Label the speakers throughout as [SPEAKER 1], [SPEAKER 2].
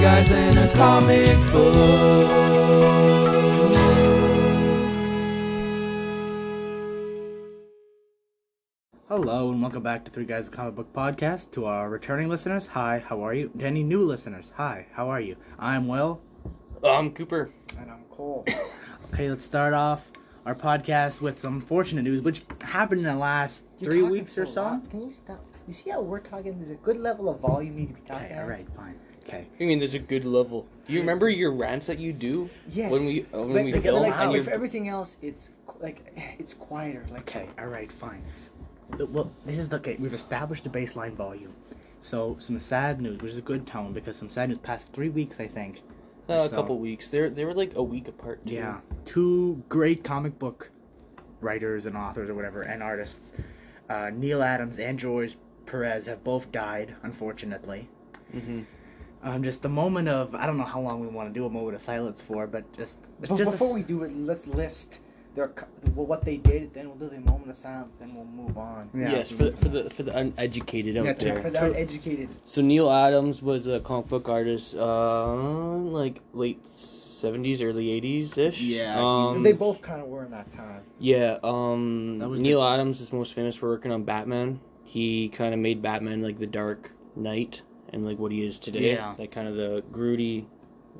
[SPEAKER 1] guys in a comic book.
[SPEAKER 2] Hello and welcome back to Three Guys Comic Book Podcast. To our returning listeners, hi, how are you? To any new listeners, hi, how are you? I'm well.
[SPEAKER 3] Um, Cooper.
[SPEAKER 4] And I'm Cole.
[SPEAKER 2] Okay, let's start off our podcast with some fortunate news, which happened in the last
[SPEAKER 4] You're
[SPEAKER 2] three
[SPEAKER 4] talking
[SPEAKER 2] weeks or so.
[SPEAKER 4] loud. Can you stop? You see how we're talking? There's a good level of volume you need to be talking.
[SPEAKER 2] Okay, all right, fine. Okay,
[SPEAKER 3] I mean, there's a good level. Do you remember your rants that you do
[SPEAKER 4] Yes.
[SPEAKER 3] when we uh, when
[SPEAKER 4] Like,
[SPEAKER 3] we
[SPEAKER 4] like,
[SPEAKER 3] film
[SPEAKER 4] like,
[SPEAKER 2] how
[SPEAKER 3] and
[SPEAKER 4] if
[SPEAKER 3] you're
[SPEAKER 4] everything else, it's qu- like it's quieter. Like
[SPEAKER 2] okay, all right, fine. The- Well, this is okay. We've established the baseline volume. So some sad news, which is a good tone because some sad news past three weeks, I think. or
[SPEAKER 3] uh, a
[SPEAKER 2] so.
[SPEAKER 3] couple weeks? They they were like a week apart. Too.
[SPEAKER 2] Yeah, two great comic book writers and authors or whatever and artists, uh, Neil Adams and George Perez have both died, unfortunately.
[SPEAKER 3] hmm
[SPEAKER 2] Um, just a moment of I don't know how long we want to do a moment of silence for, but just it's
[SPEAKER 4] But
[SPEAKER 2] just
[SPEAKER 4] before we do it, let's list their co- well, what they did. Then we'll do the moment of silence. Then we'll move on.
[SPEAKER 2] Yeah.
[SPEAKER 3] Yes, for the, for the for the uneducated out
[SPEAKER 2] Yeah,
[SPEAKER 3] there.
[SPEAKER 4] For the uneducated,
[SPEAKER 3] So Neil Adams was a comic book artist, uh, like late seventies, early eighties ish.
[SPEAKER 2] Yeah,
[SPEAKER 3] Um,
[SPEAKER 4] they both kind of were in that time.
[SPEAKER 3] yeah. Um,
[SPEAKER 2] That was
[SPEAKER 3] Neil Adams is most famous for working on Batman. He kind of made Batman like the Dark Knight and like what he is today.
[SPEAKER 2] Yeah.
[SPEAKER 3] Like kind of the broody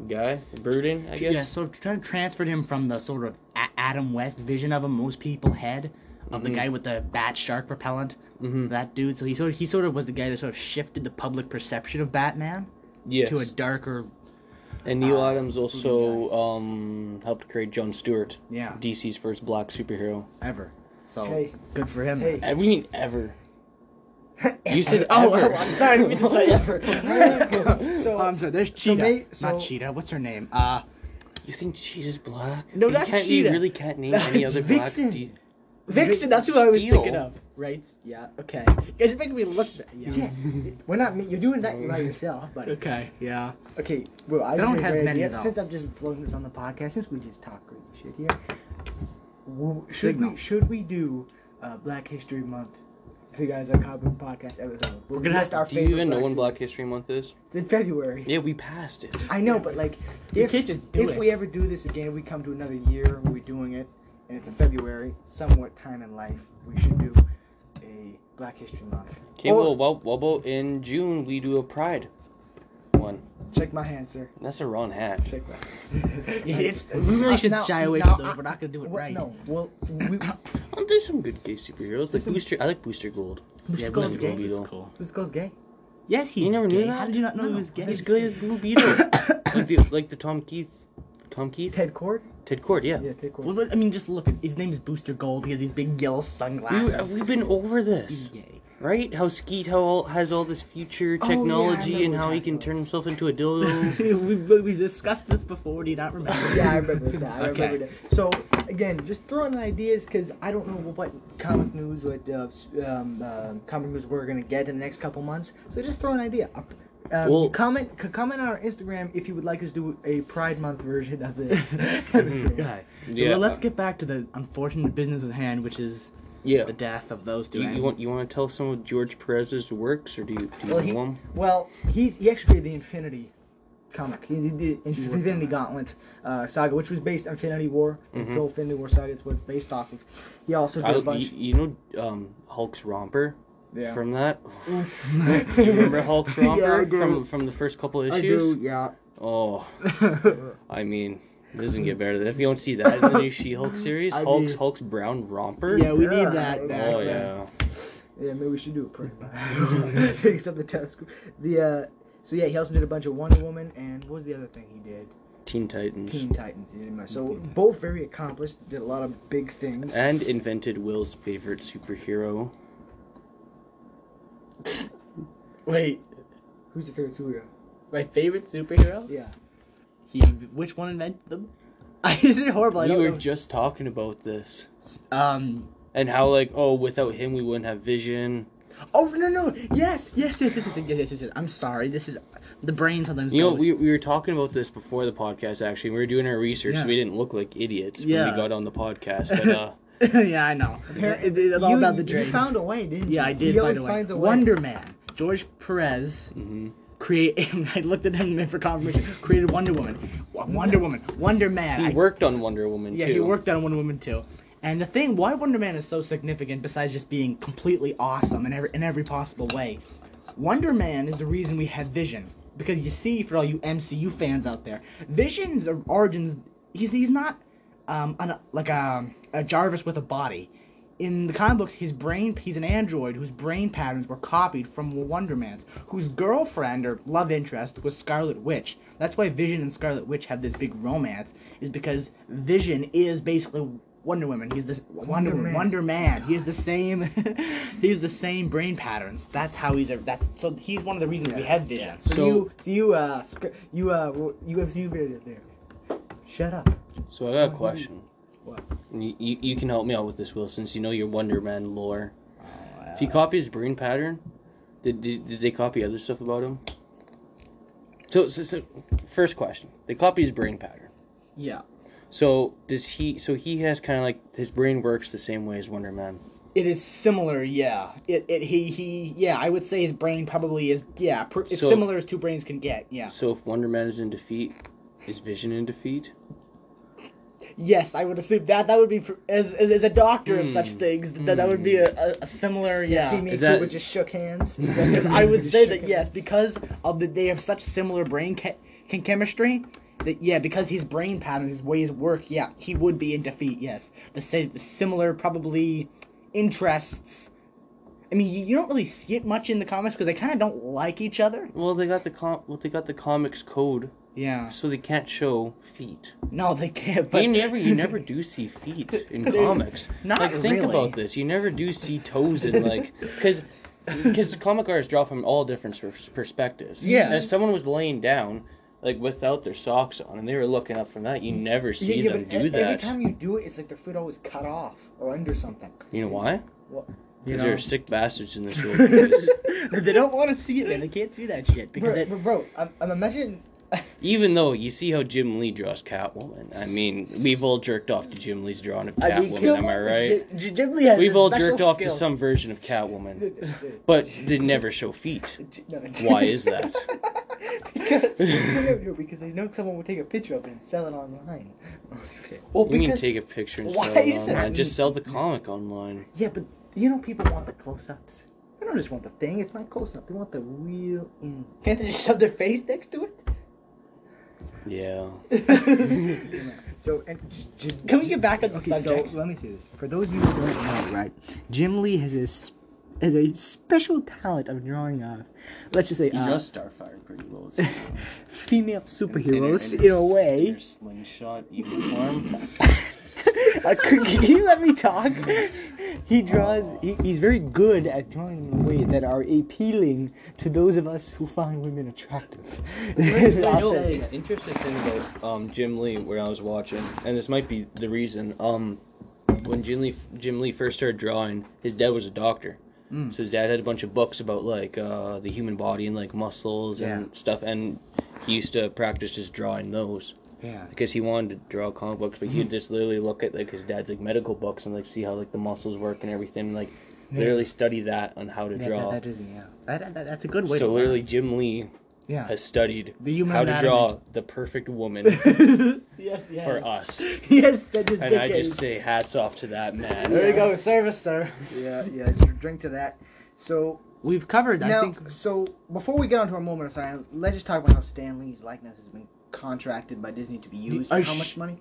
[SPEAKER 3] guy, brooding, I guess.
[SPEAKER 2] yeah, so trying to transfer him from the sort of a- Adam West vision of him most people had of the
[SPEAKER 4] Mm-hmm.
[SPEAKER 3] Mhm.
[SPEAKER 2] guy with the bat shark repellent,
[SPEAKER 4] Mm.
[SPEAKER 3] Mm-hmm.
[SPEAKER 2] that dude. So he sort of, he sort of was the guy that sort of shifted the public perception of Batman
[SPEAKER 3] Yes.
[SPEAKER 2] to a darker
[SPEAKER 3] and Neil
[SPEAKER 2] uh,
[SPEAKER 3] Adams also um, helped create John Stewart,
[SPEAKER 2] yeah
[SPEAKER 3] DC's first black superhero.
[SPEAKER 2] ever. So
[SPEAKER 4] Hey.
[SPEAKER 2] good for him.
[SPEAKER 4] Hey.
[SPEAKER 3] I mean, ever. You said
[SPEAKER 2] Oh,
[SPEAKER 3] ever.
[SPEAKER 2] oh, I'm sorry, I didn't mean to say
[SPEAKER 4] ever.
[SPEAKER 2] So,
[SPEAKER 4] So-
[SPEAKER 2] um, so there's
[SPEAKER 4] so
[SPEAKER 2] Cheetah,
[SPEAKER 4] may- so-
[SPEAKER 2] not Cheetah. What's her name? Uh,
[SPEAKER 3] You think Cheetah's black?
[SPEAKER 2] No,
[SPEAKER 3] you
[SPEAKER 2] not
[SPEAKER 3] can't,
[SPEAKER 2] Cheetah.
[SPEAKER 3] You really can't name
[SPEAKER 2] That's
[SPEAKER 3] any other black.
[SPEAKER 2] Vixen.
[SPEAKER 3] D-
[SPEAKER 2] Vixen. That's who I was
[SPEAKER 3] Steel.
[SPEAKER 2] thinking of. Right? Yeah. Okay. You guys are making me look. ba- Yeah.
[SPEAKER 4] Yes, we're not. me- You're doing that by yourself, buddy.
[SPEAKER 2] Okay. Yeah.
[SPEAKER 4] Okay, bro, I
[SPEAKER 2] They
[SPEAKER 4] just
[SPEAKER 2] don't
[SPEAKER 4] had a
[SPEAKER 2] have
[SPEAKER 4] great
[SPEAKER 2] many,
[SPEAKER 4] idea.
[SPEAKER 2] though.
[SPEAKER 4] Since I'm just floating this on the podcast, since we just talk crazy shit here, w- should
[SPEAKER 2] Signal.
[SPEAKER 4] we should we do uh, Black History Month? If you guys are comic book podcast episode, we're
[SPEAKER 2] gonna have to-
[SPEAKER 3] Do you even know when Black History Month is?
[SPEAKER 4] It's in February.
[SPEAKER 3] Yeah, we passed it.
[SPEAKER 4] I know, but like,
[SPEAKER 2] You
[SPEAKER 4] if
[SPEAKER 2] can't just do
[SPEAKER 4] if
[SPEAKER 2] it.
[SPEAKER 4] we ever do this again, we come to another year where we're doing it, and it's in February, somewhat time in life, we should do a Black History Month.
[SPEAKER 3] Okay,
[SPEAKER 4] Or-
[SPEAKER 3] well, well, well, well, in June we do a Pride one.
[SPEAKER 4] Check my hand, sir.
[SPEAKER 3] That's a wrong hat.
[SPEAKER 4] Check my hand.
[SPEAKER 2] It's, we really
[SPEAKER 4] Uh,
[SPEAKER 2] should
[SPEAKER 4] now-
[SPEAKER 2] shy away
[SPEAKER 4] now
[SPEAKER 2] from those.
[SPEAKER 4] I-
[SPEAKER 2] We're not gonna do it
[SPEAKER 4] Well,
[SPEAKER 2] right.
[SPEAKER 4] No, well, we,
[SPEAKER 3] Oh, there's some good gay superheroes. Like
[SPEAKER 4] Listen-
[SPEAKER 3] Booster, I like Booster Gold.
[SPEAKER 2] Yeah,
[SPEAKER 4] Mr.
[SPEAKER 2] Gold's
[SPEAKER 4] Gold's
[SPEAKER 3] Booster
[SPEAKER 2] gay.
[SPEAKER 3] Gold
[SPEAKER 4] gay.
[SPEAKER 3] Beetle.
[SPEAKER 2] He's cool.
[SPEAKER 4] Mr. Gold's gay.
[SPEAKER 2] Yes, he's
[SPEAKER 3] You never
[SPEAKER 2] gay.
[SPEAKER 3] knew that?
[SPEAKER 2] How did you not know he
[SPEAKER 3] No.
[SPEAKER 2] was gay?
[SPEAKER 3] He's gay as Blue Beetle. like the like the Tom Keith, Tom Keith, Ted,
[SPEAKER 4] Ted Cord?
[SPEAKER 3] Cord. Yeah.
[SPEAKER 4] Yeah, Ted Cord.
[SPEAKER 2] Well, but, I mean, just look. at His name is Booster Gold. He has these big yellow
[SPEAKER 3] We, uh,
[SPEAKER 2] sunglasses.
[SPEAKER 3] we've been over
[SPEAKER 2] He's
[SPEAKER 3] this,
[SPEAKER 2] gay.
[SPEAKER 3] right? How Skeet how all, has all this future
[SPEAKER 4] Oh, yeah, I
[SPEAKER 3] technology
[SPEAKER 4] remember
[SPEAKER 3] and how he
[SPEAKER 4] talking
[SPEAKER 3] can
[SPEAKER 4] about
[SPEAKER 3] turn
[SPEAKER 4] this.
[SPEAKER 3] himself into a dildo.
[SPEAKER 2] we've, we've discussed this before. Do you not remember?
[SPEAKER 4] yeah, I remember this now. I
[SPEAKER 2] Okay.
[SPEAKER 4] remember that. So, again, just throwing in ideas because I don't know what comic news, what uh, s- um, uh, comic news we're going to get in the next couple months. So, just throw an idea up. Um,
[SPEAKER 3] Well-
[SPEAKER 4] comment c- comment on our Instagram if you would like us to do a Pride Month version of this. episode.
[SPEAKER 2] Okay.
[SPEAKER 3] Yeah.
[SPEAKER 2] Well, let's get back to the unfortunate business at hand, which is
[SPEAKER 3] yeah.
[SPEAKER 2] the death of those two.
[SPEAKER 3] You, you
[SPEAKER 2] And-
[SPEAKER 3] want you want to tell some of George Perez's works, or do you do you
[SPEAKER 4] Well,
[SPEAKER 3] know
[SPEAKER 4] he-
[SPEAKER 3] him?
[SPEAKER 4] Well, he's he actually created the Infinity comic, he did the Infinity Gauntlet uh, saga, which was based on Infinity War. and
[SPEAKER 3] Mhm.
[SPEAKER 4] Phil Infinity War saga is what it's based off of. He also
[SPEAKER 3] I,
[SPEAKER 4] did a
[SPEAKER 3] you,
[SPEAKER 4] bunch.
[SPEAKER 3] you know um, Hulk's romper
[SPEAKER 4] yeah.
[SPEAKER 3] from that.
[SPEAKER 4] Oof.
[SPEAKER 3] You remember Hulk's
[SPEAKER 2] Yeah, I
[SPEAKER 3] romper
[SPEAKER 2] do.
[SPEAKER 3] from from the first couple
[SPEAKER 4] I
[SPEAKER 3] issues?
[SPEAKER 4] do, yeah.
[SPEAKER 3] Oh, I mean, it doesn't get better than if you don't see that in the new She-Hulk series.
[SPEAKER 2] I
[SPEAKER 3] Hulk's
[SPEAKER 2] mean-
[SPEAKER 3] Hulk's brown romper.
[SPEAKER 2] yeah, we
[SPEAKER 4] Yeah.
[SPEAKER 2] need that back.
[SPEAKER 3] Oh
[SPEAKER 2] man.
[SPEAKER 3] yeah.
[SPEAKER 4] Yeah, maybe we should do a print. Except the test. The uh, so yeah, he also did a bunch of Wonder Woman and what was the other thing he did?
[SPEAKER 3] Teen Titans.
[SPEAKER 4] Teen Titans. he did a bunch. So both very accomplished. Did a lot of big things.
[SPEAKER 3] And invented Will's favorite superhero.
[SPEAKER 2] Wait,
[SPEAKER 4] Who's your favorite superhero?
[SPEAKER 2] my favorite superhero?
[SPEAKER 4] Yeah.
[SPEAKER 2] He, which one invented them? this is horrible. I
[SPEAKER 3] we
[SPEAKER 2] don't
[SPEAKER 3] were
[SPEAKER 2] know.
[SPEAKER 3] just talking about this
[SPEAKER 2] Um.
[SPEAKER 3] and how like oh without him we wouldn't have Vision.
[SPEAKER 2] Oh no no yes yes yes yes yes yes yes. yes, yes. I'm sorry. This is the brain sometimes.
[SPEAKER 3] You know,
[SPEAKER 2] goes.
[SPEAKER 3] we, we were talking about this before the podcast, actually. We were doing our research,
[SPEAKER 2] Yeah.
[SPEAKER 3] so we didn't look like idiots when
[SPEAKER 2] Yeah.
[SPEAKER 3] we got on the podcast. But, uh,
[SPEAKER 2] yeah, I know. It- it- it's all
[SPEAKER 4] you,
[SPEAKER 2] about the
[SPEAKER 4] you
[SPEAKER 2] drain.
[SPEAKER 4] found a way, didn't you?
[SPEAKER 2] yeah, I did
[SPEAKER 4] He
[SPEAKER 2] find
[SPEAKER 4] always
[SPEAKER 2] a way.
[SPEAKER 4] finds a way.
[SPEAKER 2] Wonder Man. George Perez
[SPEAKER 3] mhm.
[SPEAKER 2] create. I looked at him for confirmation. Created Wonder Woman, Wonder Woman, Wonder Man.
[SPEAKER 3] He
[SPEAKER 2] I-
[SPEAKER 3] worked on Wonder Woman
[SPEAKER 2] yeah,
[SPEAKER 3] too.
[SPEAKER 2] he worked on Wonder Woman too. And the thing why Wonder Man is so significant, besides just being completely awesome in every in every possible way, Wonder Man is the reason we have Vision. Because you see, for all you MCU fans out there, Vision's origins he's he's not um an, like a, a Jarvis with a body. In the comic books, his brain he's an android whose brain patterns were copied from Wonder Man's, whose girlfriend or love interest was Scarlet Witch. That's why Vision and Scarlet Witch have this big romance, is because Vision is basically Wonder Woman. He's this Wonder
[SPEAKER 1] Wonder Man.
[SPEAKER 2] Wonder Man. He is the same. he has the same brain patterns. That's how he's. A, that's so he's one of the reasons we have Vision.
[SPEAKER 1] So,
[SPEAKER 3] So-
[SPEAKER 1] you, so you, uh, sc- you, uh, you have you there. there. Shut up.
[SPEAKER 3] So I got a question.
[SPEAKER 1] What?
[SPEAKER 3] You, you, you can help me out with this, Will, since you know your Wonder Man lore. If you copy his brain pattern, did, did, did they copy other stuff about him? So, so, so, first question. They copy his brain pattern.
[SPEAKER 2] Yeah.
[SPEAKER 3] So does he? So he has kind of like his brain works the same way as Wonder Man.
[SPEAKER 2] It is similar, yeah. It, it he he yeah. I would say his brain probably is yeah. Pr- it's
[SPEAKER 3] So-
[SPEAKER 2] similar as two brains can get. Yeah.
[SPEAKER 3] So if Wonder Man is in defeat, is Vision in defeat?
[SPEAKER 2] Yes, I would assume that that would be fr- as as, as a doctor of such
[SPEAKER 3] Hmm.
[SPEAKER 2] things that that would be a, a, a similar yeah.
[SPEAKER 1] See me
[SPEAKER 3] Is
[SPEAKER 1] if
[SPEAKER 3] that-
[SPEAKER 1] we just shook hands. Is that-
[SPEAKER 2] Because I would
[SPEAKER 1] just
[SPEAKER 2] say
[SPEAKER 1] shook
[SPEAKER 2] that yes,
[SPEAKER 1] hands.
[SPEAKER 2] because of the they have such similar brain che- can chemistry. That yeah, because his brain patterns, his ways work. Yeah, he would be in defeat. Yes, the same similar probably interests. I mean, you, you don't really see it much in the comics because they kind of don't like each other.
[SPEAKER 3] Well, they got the com- well, they got the comics code,
[SPEAKER 2] Yeah.
[SPEAKER 3] so they can't show feet.
[SPEAKER 2] No, they can't. But
[SPEAKER 3] you never, you never do see feet in
[SPEAKER 2] They-
[SPEAKER 3] comics.
[SPEAKER 2] not
[SPEAKER 3] like think
[SPEAKER 2] really.
[SPEAKER 3] about this. You never do see toes in like because because comic artists draw from all different pers- perspectives.
[SPEAKER 2] Yeah.
[SPEAKER 3] If someone was laying down like without their socks on and they were looking up from that, you never
[SPEAKER 1] Yeah,
[SPEAKER 3] see
[SPEAKER 1] yeah,
[SPEAKER 3] them
[SPEAKER 1] but
[SPEAKER 3] do
[SPEAKER 1] e- Every
[SPEAKER 3] that.
[SPEAKER 1] time you do it, it's like their foot always cut off or under something.
[SPEAKER 3] You know why?
[SPEAKER 1] What?
[SPEAKER 2] You
[SPEAKER 3] Because
[SPEAKER 2] know.
[SPEAKER 3] you're sick bastards in this world.
[SPEAKER 2] they don't want to see it, man. They can't see that shit because
[SPEAKER 1] Bro,
[SPEAKER 2] it.
[SPEAKER 1] bro, bro, I'm, I'm imagining.
[SPEAKER 3] Even though you see how Jim Lee draws Catwoman, I mean, we've all jerked off to Jim Lee's drawing of
[SPEAKER 2] I mean,
[SPEAKER 3] Catwoman. Am I right?
[SPEAKER 2] J- Jim Lee has
[SPEAKER 3] We've
[SPEAKER 2] a
[SPEAKER 3] all
[SPEAKER 2] special
[SPEAKER 3] jerked off to
[SPEAKER 2] skill.
[SPEAKER 3] some version of Catwoman,
[SPEAKER 1] Dude,
[SPEAKER 3] but they never show feet.
[SPEAKER 1] dude, no, no.
[SPEAKER 3] Why is that?
[SPEAKER 1] because, no, no, no, because they know someone will take a picture of it and sell it online. well,
[SPEAKER 3] You mean take a picture and
[SPEAKER 1] why
[SPEAKER 3] sell it
[SPEAKER 1] is it?
[SPEAKER 3] online? Just sell the comic online.
[SPEAKER 1] yeah, but you know people want the close-ups. They don't just want the thing. It's not close-up. They want the real in. Can't they just shove their face next to
[SPEAKER 3] Yeah.
[SPEAKER 1] it? so, and j- j-
[SPEAKER 2] Can we get back on the
[SPEAKER 1] okay,
[SPEAKER 2] subject?
[SPEAKER 1] So let me say this. For those of you who don't know, right, Jim Lee has a s- has a special talent of drawing uh, let's just say
[SPEAKER 4] He
[SPEAKER 1] uh,
[SPEAKER 4] just starfired pretty well.
[SPEAKER 1] female superheroes in a way.
[SPEAKER 3] Slingshot uniform.
[SPEAKER 1] Uh, could- can you let me talk? He draws. He, he's very good at drawing them in a way that are appealing to those of us who find women attractive. I'll say that.
[SPEAKER 3] interesting thing about um, Jim Lee, when I was watching, and this might be the reason. Um, when Jim Lee Jim Lee first started drawing, his dad was a doctor.
[SPEAKER 2] Mm.
[SPEAKER 3] So his dad had a bunch of books about like uh, the human body and like muscles and stuff, and he used to practice just drawing those
[SPEAKER 2] Yeah.
[SPEAKER 3] because he wanted to draw comic books, but
[SPEAKER 2] Mm-hmm.
[SPEAKER 3] he'd just literally look at like his dad's like medical books and like see how like the muscles work and everything, and, like literally study that on how to draw.
[SPEAKER 2] that is yeah. That, that, that's a good way.
[SPEAKER 3] so
[SPEAKER 2] to
[SPEAKER 3] literally, Jim Lee
[SPEAKER 2] Yeah.
[SPEAKER 3] has studied
[SPEAKER 2] The human
[SPEAKER 3] how to
[SPEAKER 2] anatomy.
[SPEAKER 3] draw the perfect woman
[SPEAKER 2] yes, yes.
[SPEAKER 3] for us.
[SPEAKER 2] Yes, that is
[SPEAKER 3] And I just say hats off to that man.
[SPEAKER 2] There you go, service, sir.
[SPEAKER 1] Yeah, yeah. dr- Drink to that. So
[SPEAKER 2] We've covered.
[SPEAKER 1] now,
[SPEAKER 2] I think
[SPEAKER 1] so before we get on to our moment of silence, let's just talk about how Stan Lee's likeness has been contracted by Disney to be used for
[SPEAKER 2] I
[SPEAKER 1] how
[SPEAKER 2] sh-
[SPEAKER 1] much money?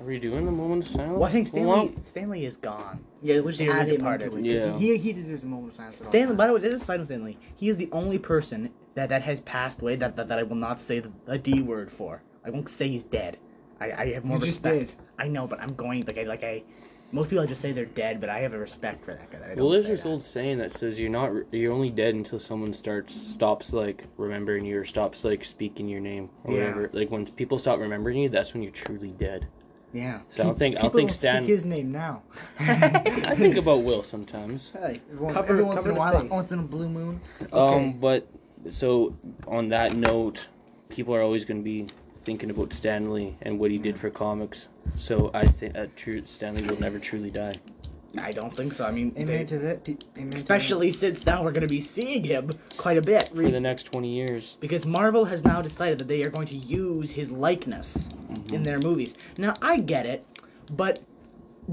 [SPEAKER 3] Are we doing the moment of silence?
[SPEAKER 2] Well, I think Stanley
[SPEAKER 3] Well,
[SPEAKER 2] Stanley is gone.
[SPEAKER 1] Yeah, we'll just
[SPEAKER 2] Dearly
[SPEAKER 1] add him
[SPEAKER 2] departed.
[SPEAKER 1] into it. 'cause
[SPEAKER 3] Yeah.
[SPEAKER 1] He, he deserves a moment of silence. at all
[SPEAKER 2] Stanley.
[SPEAKER 1] times.
[SPEAKER 2] By the way, this is side of Stanley. He is the only person that that has passed away that that, that I will not say the, the D word for. I won't say he's dead. I, I have more
[SPEAKER 1] You just
[SPEAKER 2] respect.
[SPEAKER 1] did.
[SPEAKER 2] I know, but I'm going like I like I. Most people I just say they're dead, but I have a respect for that guy. That I don't
[SPEAKER 3] Well, there's
[SPEAKER 2] say
[SPEAKER 3] this
[SPEAKER 2] that.
[SPEAKER 3] old saying that says you're not you're only dead until someone starts stops like remembering you or stops like speaking your name or
[SPEAKER 2] Yeah.
[SPEAKER 3] whatever. Like when people stop remembering you, that's when you're truly dead.
[SPEAKER 2] Yeah.
[SPEAKER 3] So I don't think I don't
[SPEAKER 1] People
[SPEAKER 3] think
[SPEAKER 1] speak
[SPEAKER 3] Stan.
[SPEAKER 1] his name now.
[SPEAKER 3] I think about Will sometimes.
[SPEAKER 1] Hey, everyone,
[SPEAKER 2] Cover-
[SPEAKER 1] every once
[SPEAKER 2] cover
[SPEAKER 1] in a
[SPEAKER 2] the
[SPEAKER 1] while,
[SPEAKER 2] face.
[SPEAKER 1] like once in a blue moon.
[SPEAKER 3] Um, but so on that note, people are always going to be thinking about Stanley and what he did for comics. So I think uh, true Stanley will never truly die.
[SPEAKER 2] I don't think so. I mean, they-
[SPEAKER 4] Amen to that. Amen to that.
[SPEAKER 2] especially since now we're going to be seeing him quite a bit.
[SPEAKER 3] for the
[SPEAKER 2] recently.
[SPEAKER 3] next 20 years.
[SPEAKER 2] because Marvel has now decided that they are going to use his likeness in their movies. Now I get it, but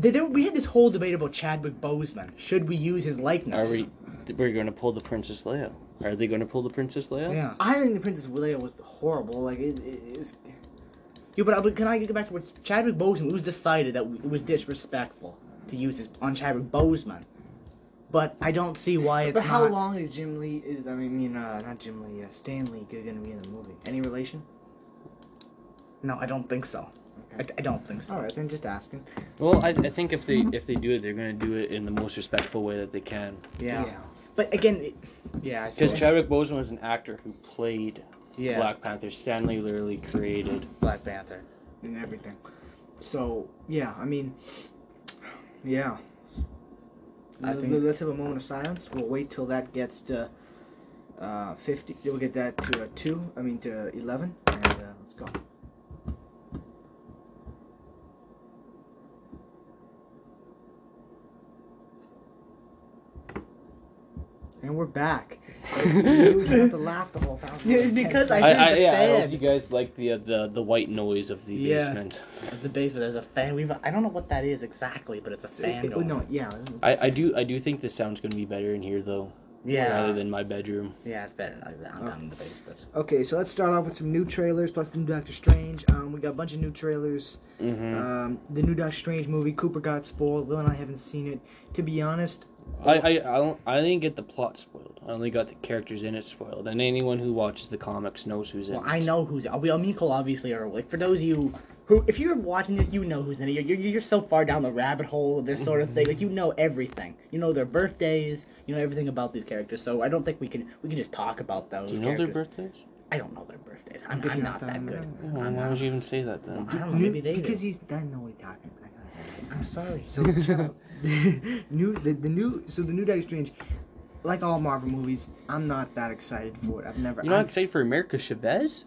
[SPEAKER 2] th there, we had this whole debate about Chadwick Boseman. Should we use his likeness?
[SPEAKER 3] Are we? We're going to pull the Princess Leia. Are they going to pull the Princess Leia?
[SPEAKER 2] Yeah.
[SPEAKER 4] I think the Princess Leia was horrible. Like it, it, it's
[SPEAKER 2] Yeah, but, I- but can I get back to what Chadwick Boseman? It was decided that it was disrespectful to use his on Chadwick Boseman. But I don't see why it's
[SPEAKER 4] but how
[SPEAKER 2] not-
[SPEAKER 4] long is Jim Lee? Is I mean, uh, not Jim Lee, uh, Stan Lee gonna be in the movie? Any relation?
[SPEAKER 2] No, I don't think so. I, I don't think so.
[SPEAKER 4] All right, then just asking.
[SPEAKER 3] Well, I, I think if they if they do it, they're going to do it in the most respectful way that they can.
[SPEAKER 2] Yeah. But again, it, yeah, I
[SPEAKER 3] Because
[SPEAKER 2] suppose.
[SPEAKER 3] Chadwick Boseman was an actor who played
[SPEAKER 4] yeah,
[SPEAKER 3] Black Panther. Stanley literally created.
[SPEAKER 2] Black Panther.
[SPEAKER 4] and everything. So yeah, I mean, yeah.
[SPEAKER 2] I
[SPEAKER 4] L-
[SPEAKER 2] think-
[SPEAKER 4] l- let's have a moment of silence. We'll wait till that gets to uh, fifty. We'll get that to uh, two. I mean to eleven, and uh, let's go. And we're back. You would have to laugh the whole time.
[SPEAKER 2] Yeah, because I-
[SPEAKER 3] I, I,
[SPEAKER 2] he's a
[SPEAKER 3] yeah, I don't know
[SPEAKER 2] fan.
[SPEAKER 3] if you guys like the uh, the the white noise of the
[SPEAKER 2] Yeah.
[SPEAKER 3] basement.
[SPEAKER 2] At the basement, there's a fan. We've I don't know what that is exactly, but it's a fan.
[SPEAKER 4] It- it-
[SPEAKER 2] going.
[SPEAKER 4] no, yeah.
[SPEAKER 3] I, I do I do think the sound's going to be better in here though, rather
[SPEAKER 2] Yeah,
[SPEAKER 3] than my bedroom.
[SPEAKER 2] yeah, it's better like that. I'm down in the basement.
[SPEAKER 4] Okay, so let's start off with some new trailers, plus the new Doctor Strange. Um, we got a bunch of new trailers.
[SPEAKER 3] Mm-hmm.
[SPEAKER 4] Um, the new Doctor Strange movie, Cooper got spoiled. Will and I haven't seen it. To be honest,
[SPEAKER 3] I, I, I, don't, I didn't get the plot spoiled. I only got the characters in it spoiled. And anyone who watches the comics knows who's in
[SPEAKER 2] Well,
[SPEAKER 3] it.
[SPEAKER 2] I know who's. We, me and Cole obviously are like for those of you who, if you're watching this, you know who's in it. You're, you're, you're so far down the rabbit hole of this sort of
[SPEAKER 4] Mm-hmm.
[SPEAKER 2] thing. Like you know everything. You know their birthdays. You know everything about these characters. So I don't think we can we can just talk about those.
[SPEAKER 3] Do you know their
[SPEAKER 2] characters.
[SPEAKER 3] birthdays?
[SPEAKER 2] I don't know their birthdays. I'm,
[SPEAKER 4] Guess
[SPEAKER 2] I'm
[SPEAKER 4] not
[SPEAKER 2] not
[SPEAKER 4] that
[SPEAKER 2] that good.
[SPEAKER 4] good.
[SPEAKER 3] Oh, why would you even say that then?
[SPEAKER 2] I don't know. Maybe they
[SPEAKER 4] because
[SPEAKER 2] do.
[SPEAKER 4] he's doesn't know what he's talking about. I gotta say this.
[SPEAKER 2] I'm sorry.
[SPEAKER 4] So shut up. new the, the new so the new Doctor Strange, like all Marvel movies, I'm not that excited for it. I've never.
[SPEAKER 3] You're not
[SPEAKER 4] I'm-
[SPEAKER 3] excited for America Chavez?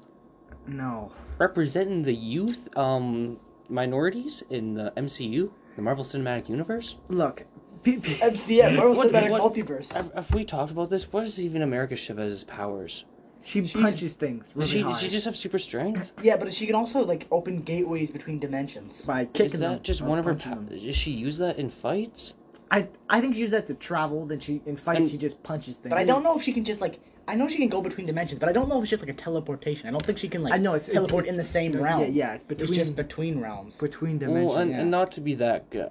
[SPEAKER 4] no.
[SPEAKER 3] Representing the youth um, minorities in the MCU, the Marvel Cinematic Universe?
[SPEAKER 4] Look, pe- pe-
[SPEAKER 2] MCM. Marvel
[SPEAKER 3] What- Cinematic what-
[SPEAKER 2] Multiverse.
[SPEAKER 3] Have, have we talked about this? What is even America Chavez's powers?
[SPEAKER 4] she
[SPEAKER 2] she's-
[SPEAKER 4] punches things really
[SPEAKER 3] Does she,
[SPEAKER 4] hard
[SPEAKER 3] does she just have super strength?
[SPEAKER 2] Yeah, but she can also like open gateways between dimensions.
[SPEAKER 4] by
[SPEAKER 3] Is
[SPEAKER 4] kicking them
[SPEAKER 3] that just
[SPEAKER 4] or
[SPEAKER 3] one of her
[SPEAKER 4] punching them.
[SPEAKER 3] powers? Does she use that in fights?
[SPEAKER 4] I I think she uses that to travel. Then she in fights
[SPEAKER 3] And-
[SPEAKER 4] she just punches things.
[SPEAKER 2] But I don't know if she can just like. I know she can go between dimensions, but I don't know if it's just like a teleportation. I don't think she can like
[SPEAKER 4] I know it's it's-
[SPEAKER 2] teleport
[SPEAKER 4] it's-
[SPEAKER 2] in the same
[SPEAKER 4] yeah,
[SPEAKER 2] realm.
[SPEAKER 4] Yeah, yeah, it's between
[SPEAKER 2] It's just between realms.
[SPEAKER 4] between dimensions.
[SPEAKER 3] Well, and,
[SPEAKER 4] yeah.
[SPEAKER 3] and not to be that guy.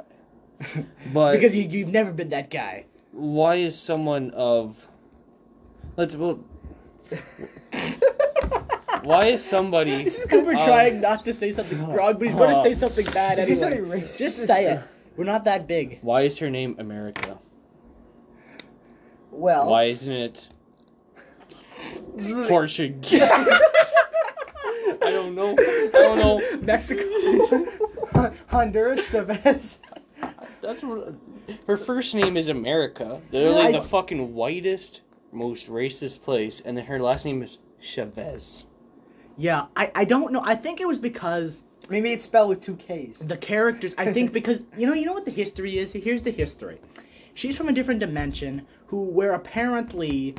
[SPEAKER 4] uh,
[SPEAKER 3] But
[SPEAKER 2] because you, you've never been that guy.
[SPEAKER 3] why is someone of let's well why is somebody
[SPEAKER 2] This is Cooper
[SPEAKER 3] Um,
[SPEAKER 2] trying not to say something wrong, but he's going to
[SPEAKER 3] uh,
[SPEAKER 2] say something bad
[SPEAKER 4] Is he
[SPEAKER 2] anyway.
[SPEAKER 4] saying racist?
[SPEAKER 2] Just say it. We're not that big.
[SPEAKER 3] why is her name America?
[SPEAKER 2] Well.
[SPEAKER 3] Why isn't it Portuguese? I don't know. I don't know.
[SPEAKER 2] Mexico.
[SPEAKER 4] Hon- Honduras Chavez.
[SPEAKER 3] That's what her first name is America. They're like
[SPEAKER 4] I-
[SPEAKER 3] the fucking whitest, most racist place, and then her last name is Chavez.
[SPEAKER 2] yeah, I, I don't know. I think it was because
[SPEAKER 4] Maybe it's spelled with two K's.
[SPEAKER 2] the characters i think because you know you know what the history is here's the history she's from a different dimension who where apparently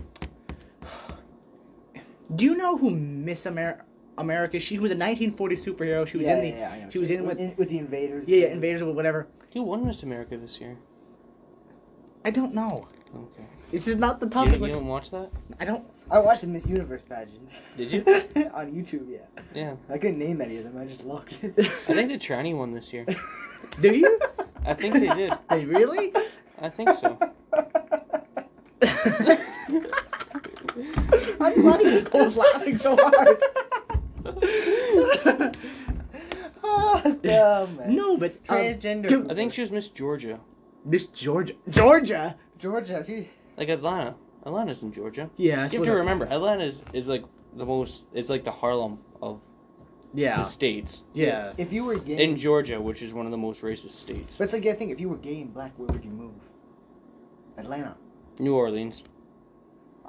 [SPEAKER 2] do you know who miss Amer- america she was a 1940 superhero she was in the she was in with yeah,
[SPEAKER 4] with the invaders.
[SPEAKER 2] yeah invaders or whatever
[SPEAKER 3] Who won Miss America this year?
[SPEAKER 2] i don't know
[SPEAKER 3] Okay.
[SPEAKER 2] this is not the
[SPEAKER 3] You,
[SPEAKER 2] topic
[SPEAKER 3] don't- you don't watch that?
[SPEAKER 2] i don't
[SPEAKER 4] I watched the Miss Universe pageant.
[SPEAKER 3] Did you?
[SPEAKER 4] On YouTube, yeah.
[SPEAKER 3] Yeah.
[SPEAKER 4] I couldn't name any of them. I just looked.
[SPEAKER 3] I think the tranny won this year.
[SPEAKER 2] do you
[SPEAKER 3] I think they did.
[SPEAKER 2] They really
[SPEAKER 3] I think so.
[SPEAKER 4] I'm funny. This Cole's laughing so hard. oh, damn, man.
[SPEAKER 2] no but um,
[SPEAKER 4] Transgender.
[SPEAKER 2] dude,
[SPEAKER 3] I think she was Miss Georgia.
[SPEAKER 2] miss georgia georgia
[SPEAKER 4] Georgia. She,
[SPEAKER 3] Like Atlanta. Atlanta's in Georgia.
[SPEAKER 2] yeah
[SPEAKER 3] You have to remember, Atlanta is, is like the most, is like the Harlem of the
[SPEAKER 2] yeah
[SPEAKER 3] states.
[SPEAKER 2] yeah
[SPEAKER 4] if you were gay,
[SPEAKER 3] In Georgia, which is one of the most racist states.
[SPEAKER 4] but it's like I think if you were gay and black, where would you move? Atlanta.
[SPEAKER 3] New Orleans.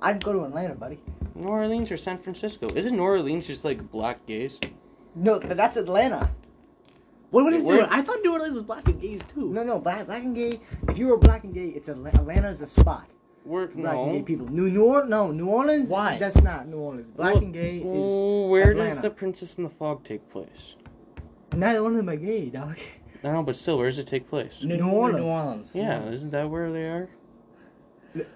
[SPEAKER 4] I'd go to Atlanta, buddy.
[SPEAKER 3] New Orleans or San Francisco? Isn't New Orleans just like black gays?
[SPEAKER 4] No, but that's Atlanta.
[SPEAKER 2] What, what is
[SPEAKER 3] It
[SPEAKER 2] doing?
[SPEAKER 3] worked.
[SPEAKER 2] I thought New Orleans was black and gays too.
[SPEAKER 4] No, no, black, black and gay. If you were black and gay, it's Atla- Atlanta's the spot.
[SPEAKER 3] Work
[SPEAKER 4] Black and gay
[SPEAKER 3] no.
[SPEAKER 4] people. New, New Orleans, no, New Orleans.
[SPEAKER 2] Why?
[SPEAKER 4] That's not New Orleans. Black
[SPEAKER 3] Well,
[SPEAKER 4] and gay is.
[SPEAKER 3] Oh, where does
[SPEAKER 4] Atlanta.
[SPEAKER 3] the Princess and the Fog take place?
[SPEAKER 4] Neither one of them are gay, dog.
[SPEAKER 3] I don't know, but still, where does it take place?
[SPEAKER 2] New,
[SPEAKER 4] New
[SPEAKER 2] New Orleans.
[SPEAKER 4] Orleans.
[SPEAKER 3] Yeah, isn't that where they are?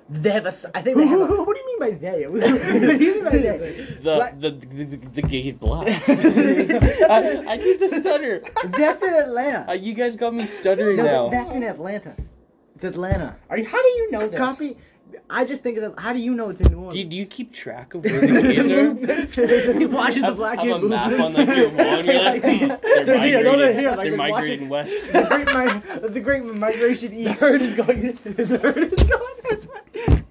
[SPEAKER 2] They have a. s- I think
[SPEAKER 4] Who-
[SPEAKER 2] they have
[SPEAKER 4] who-
[SPEAKER 2] a.
[SPEAKER 4] who- what do you mean by they? What do you mean by they?
[SPEAKER 3] The
[SPEAKER 4] Black-
[SPEAKER 3] the, the, the the gay blacks. I, I did the stutter.
[SPEAKER 4] That's in Atlanta.
[SPEAKER 3] Uh, you guys got me stuttering
[SPEAKER 4] No,
[SPEAKER 3] now.
[SPEAKER 4] that's in Atlanta. It's Atlanta.
[SPEAKER 2] Are you? How do you know this?
[SPEAKER 4] Copy. I just think of how do you know it's in New Orleans?
[SPEAKER 3] Do you, do you keep track of where the gays are?
[SPEAKER 2] he watches the
[SPEAKER 3] Have-
[SPEAKER 2] black
[SPEAKER 3] have
[SPEAKER 2] kid
[SPEAKER 3] a map
[SPEAKER 2] movement.
[SPEAKER 3] on like your wall, and you're like, hmm, they're,
[SPEAKER 4] They're
[SPEAKER 3] migrating,
[SPEAKER 4] here, no, they're here, like,
[SPEAKER 3] they're
[SPEAKER 4] they're watching-
[SPEAKER 3] migrating west.
[SPEAKER 4] the great mi- the great migration
[SPEAKER 2] The
[SPEAKER 4] east.
[SPEAKER 2] herd is going this way. The herd is going this way.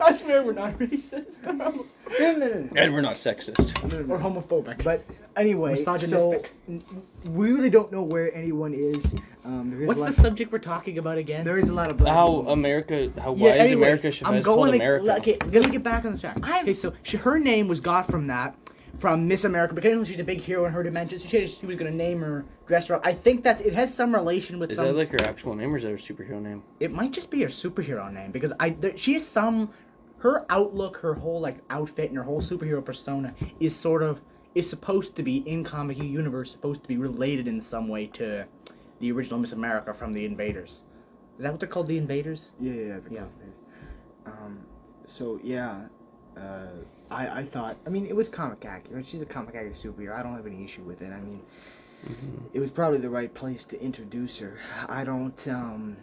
[SPEAKER 2] I swear we're not racist or, homo-
[SPEAKER 4] No, no, no,
[SPEAKER 3] And we're not sexist.
[SPEAKER 4] no, no,
[SPEAKER 2] or
[SPEAKER 4] no.
[SPEAKER 2] homophobic.
[SPEAKER 4] But anyway, so
[SPEAKER 2] Misogynistic.
[SPEAKER 4] n- we really don't know where anyone is. Um, there is
[SPEAKER 2] what's
[SPEAKER 4] a lot,
[SPEAKER 2] the subject we're talking about again?
[SPEAKER 4] There is a lot of black.
[SPEAKER 3] How
[SPEAKER 4] people.
[SPEAKER 3] America? How
[SPEAKER 2] Yeah,
[SPEAKER 3] why is
[SPEAKER 2] anyway,
[SPEAKER 3] America Chavez
[SPEAKER 2] I'm going
[SPEAKER 3] called
[SPEAKER 2] to-
[SPEAKER 3] America?
[SPEAKER 2] Okay, let me get back on the track. Okay, so she, her name was got from that, from Miss America, because she's a big hero in her dimension. So she, she was gonna name her, dress her up. I think that it has some relation with
[SPEAKER 3] Is
[SPEAKER 2] some.
[SPEAKER 3] that like her actual name or is that her superhero name?
[SPEAKER 2] it might just be her superhero name because I there, she has some her outlook, her whole like outfit and her whole superhero persona is sort of is supposed to be in comic universe supposed to be related in some way to the original Miss America from the Invaders. Is that what they're called, the Invaders?
[SPEAKER 4] Yeah, yeah, yeah. The
[SPEAKER 2] Yeah.
[SPEAKER 4] yeah. Um, so yeah, uh, I I thought. I mean, it was comic accurate. She's a comic accurate superhero. I don't have any issue with it. I mean,
[SPEAKER 3] Mm-hmm.
[SPEAKER 4] it was probably the right place to introduce her. I don't. Um,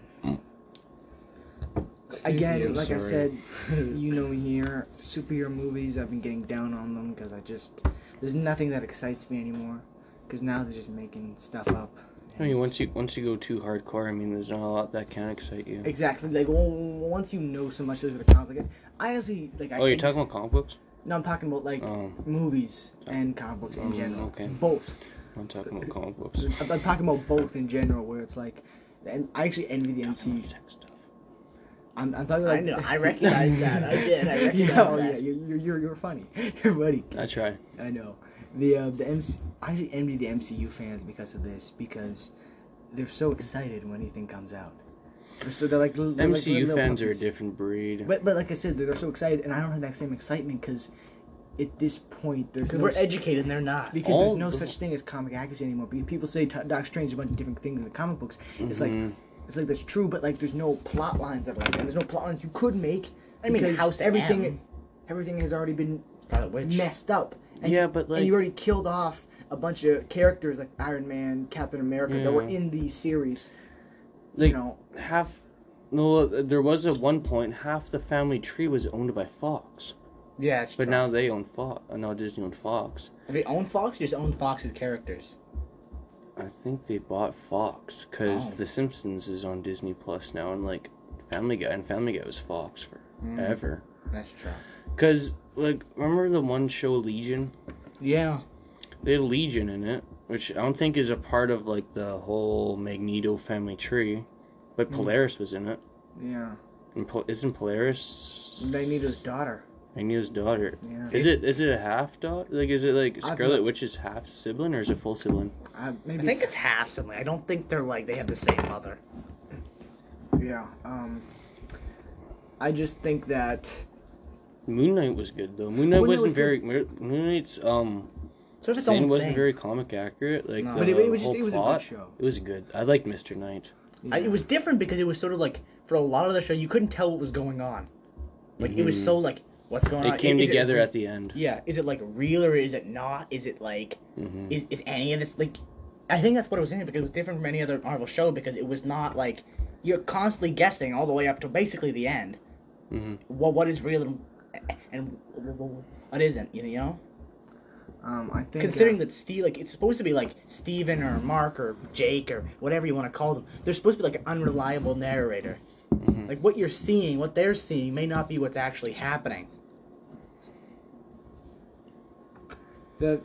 [SPEAKER 4] again,
[SPEAKER 3] me, I'm
[SPEAKER 4] like I
[SPEAKER 3] sorry.
[SPEAKER 4] said, you know me here. Superhero movies. I've been getting down on them because I just there's nothing that excites me anymore. Because now they're just making stuff up.
[SPEAKER 3] I mean, once you once you go too hardcore, I mean, there's not a lot that can excite you.
[SPEAKER 4] Exactly. Like well, once you know so much over the comics, like I honestly like.
[SPEAKER 3] Oh,
[SPEAKER 4] I
[SPEAKER 3] you're
[SPEAKER 4] think-
[SPEAKER 3] talking about comic books?
[SPEAKER 4] No, I'm talking about like
[SPEAKER 3] Oh,
[SPEAKER 4] movies and comic books in
[SPEAKER 3] Oh,
[SPEAKER 4] general.
[SPEAKER 3] okay.
[SPEAKER 4] Both.
[SPEAKER 3] I'm talking about comic books.
[SPEAKER 4] I'm, I'm talking about both in general, where it's like, and I actually envy the MCs.
[SPEAKER 3] Sex stuff.
[SPEAKER 4] I'm, I'm talking like.
[SPEAKER 2] I know. I recognize that. I did. I recognize
[SPEAKER 4] yeah, oh,
[SPEAKER 2] that.
[SPEAKER 4] yeah. You're, you're, you're, you're funny. You're funny.
[SPEAKER 3] I try.
[SPEAKER 4] I know. The uh, the MC. I actually envy the MCU fans because of this because they're so excited when anything comes out. So they're like little- they're like
[SPEAKER 3] MCU
[SPEAKER 4] little
[SPEAKER 3] fans are a
[SPEAKER 4] puppies.
[SPEAKER 3] different breed.
[SPEAKER 4] But but like I said, they're so excited, and I don't have that same excitement because at this point there's no
[SPEAKER 2] We're
[SPEAKER 4] s-
[SPEAKER 2] educated and they're not.
[SPEAKER 4] because
[SPEAKER 3] All
[SPEAKER 4] there's no
[SPEAKER 3] the-
[SPEAKER 4] such thing as comic accuracy anymore. Be- People say t- Doc Strange a bunch of different things in the comic books. It's like
[SPEAKER 3] Mhm.
[SPEAKER 4] it's like that's true, but like there's no plot lines that are like that. There's no plot lines you could make.
[SPEAKER 2] I mean,
[SPEAKER 4] because
[SPEAKER 2] House
[SPEAKER 4] everything
[SPEAKER 2] M.
[SPEAKER 4] everything has already been
[SPEAKER 2] Scarlet Witch.
[SPEAKER 4] messed up. And,
[SPEAKER 3] Yeah, but, like-
[SPEAKER 4] and you already killed off a bunch of characters like Iron Man, Captain America that were
[SPEAKER 3] Yeah.
[SPEAKER 4] in the series.
[SPEAKER 3] Like,
[SPEAKER 4] you know,
[SPEAKER 3] half. No, there was at one point half the family tree was owned by Fox,
[SPEAKER 2] Yeah, it's
[SPEAKER 3] but
[SPEAKER 2] true.
[SPEAKER 3] now they own Fox. Uh, now Disney owned Fox.
[SPEAKER 2] Do they own Fox or just own Fox's characters?
[SPEAKER 3] I think they bought Fox because
[SPEAKER 2] Oh.
[SPEAKER 3] The Simpsons is on Disney Plus now, and like Family Guy and Family Guy was Fox
[SPEAKER 2] Mm.
[SPEAKER 3] forever.
[SPEAKER 2] That's true.
[SPEAKER 4] Mm.
[SPEAKER 3] Because like remember the one show Legion?
[SPEAKER 2] Yeah.
[SPEAKER 3] They had Legion in it, which I don't think is a part of like the whole Magneto family tree,
[SPEAKER 4] Mm.
[SPEAKER 3] but Polaris was in it.
[SPEAKER 4] yeah,
[SPEAKER 3] And Pol- isn't Polaris
[SPEAKER 4] Magneto's daughter.
[SPEAKER 3] Magneto's daughter?
[SPEAKER 4] Yeah,
[SPEAKER 3] Is it is it a half dot? Like is it like
[SPEAKER 4] I've
[SPEAKER 3] Scarlet
[SPEAKER 4] not-
[SPEAKER 3] Witch's half sibling or is it full sibling?
[SPEAKER 4] I, maybe
[SPEAKER 2] I think it's half something. I don't think they're like they have the same mother.
[SPEAKER 4] Yeah. Um, I just think that
[SPEAKER 3] Moon Knight was good though. Moon Knight
[SPEAKER 4] Moon Knight
[SPEAKER 3] wasn't
[SPEAKER 4] was
[SPEAKER 3] very Moon Knight's um
[SPEAKER 2] Sort of its
[SPEAKER 3] Zane
[SPEAKER 2] own
[SPEAKER 3] wasn't
[SPEAKER 2] thing.
[SPEAKER 3] very comic accurate. Like
[SPEAKER 2] No.
[SPEAKER 3] the
[SPEAKER 2] But
[SPEAKER 4] it- it was just-
[SPEAKER 3] whole
[SPEAKER 4] it was a good
[SPEAKER 3] plot,
[SPEAKER 4] show.
[SPEAKER 3] It was good. I liked Mr. Knight.
[SPEAKER 4] you
[SPEAKER 2] I, it
[SPEAKER 4] know,
[SPEAKER 2] was different because it was sort of like for a lot of the show you couldn't tell what was going on. Like it was
[SPEAKER 3] Mhm.
[SPEAKER 2] so like what's
[SPEAKER 4] Uh,
[SPEAKER 2] going on.
[SPEAKER 3] It came
[SPEAKER 2] Is
[SPEAKER 3] together
[SPEAKER 2] It,
[SPEAKER 3] at the end.
[SPEAKER 2] yeah. Is it like real or is it not? Is it like
[SPEAKER 3] Mhm.
[SPEAKER 2] is is any of this like? I think that's what it was in it because it was different from any other Marvel show because it was not like you're constantly guessing all the way up to basically the end.
[SPEAKER 3] Mhm.
[SPEAKER 2] What what is real and and what isn't? You know.
[SPEAKER 4] Um, I think
[SPEAKER 2] considering
[SPEAKER 4] uh,
[SPEAKER 2] that Steve, like, it's supposed to be like Steven or Mark or Jake or whatever you want to call them. They're supposed to be like an unreliable narrator. Like what you're seeing, what they're seeing, may not be what's actually happening.
[SPEAKER 4] the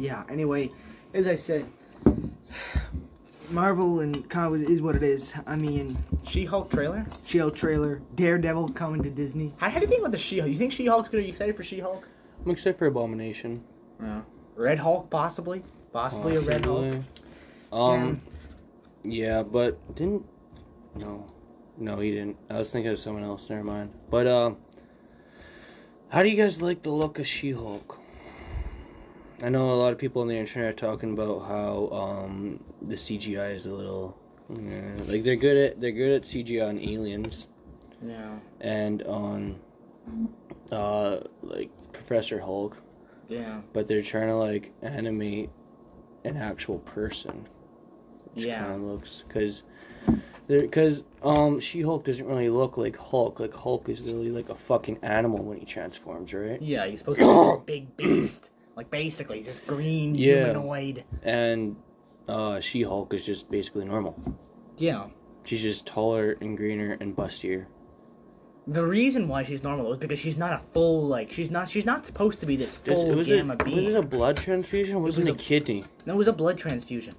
[SPEAKER 4] yeah. Anyway, as I said, Marvel and comics is what it is. I mean,
[SPEAKER 2] She-Hulk trailer.
[SPEAKER 4] Shield trailer, Daredevil coming to Disney.
[SPEAKER 2] How, how do you think about the She-Hulk? You think She-Hulk's gonna be excited for She-Hulk?
[SPEAKER 3] I'm excited for Abomination.
[SPEAKER 2] Red Hulk possibly. Possibly a Red Hulk.
[SPEAKER 3] Um, yeah, but didn't. No, no, he didn't. I was thinking of someone else. Never mind. But um, how do you guys like the look of She-Hulk? I know a lot of people on the internet are talking about how um the CGI is a little. Yeah, like they're good at they're good at CGI on aliens
[SPEAKER 2] Yeah.
[SPEAKER 3] and on uh like Professor Hulk,
[SPEAKER 2] Yeah.
[SPEAKER 3] but they're trying to like animate an actual person which
[SPEAKER 2] Yeah.
[SPEAKER 3] kind of looks because because um she hulk doesn't really look like hulk like hulk is really like a fucking animal when he transforms right
[SPEAKER 2] Yeah, he's supposed to be this big beast. Like basically, he's this green
[SPEAKER 3] Yeah.
[SPEAKER 2] humanoid.
[SPEAKER 3] and uh she hulk is just basically normal
[SPEAKER 2] Yeah.
[SPEAKER 3] she's just taller and greener and bustier
[SPEAKER 2] The reason why she's normal is because she's not a full like she's not she's not supposed to be this
[SPEAKER 3] Does-
[SPEAKER 2] full
[SPEAKER 3] was, it,
[SPEAKER 2] gamma
[SPEAKER 3] was
[SPEAKER 2] being.
[SPEAKER 3] it a blood transfusion or was it,
[SPEAKER 2] was
[SPEAKER 3] a,
[SPEAKER 2] a-
[SPEAKER 3] kidney
[SPEAKER 2] No, it was a blood transfusion.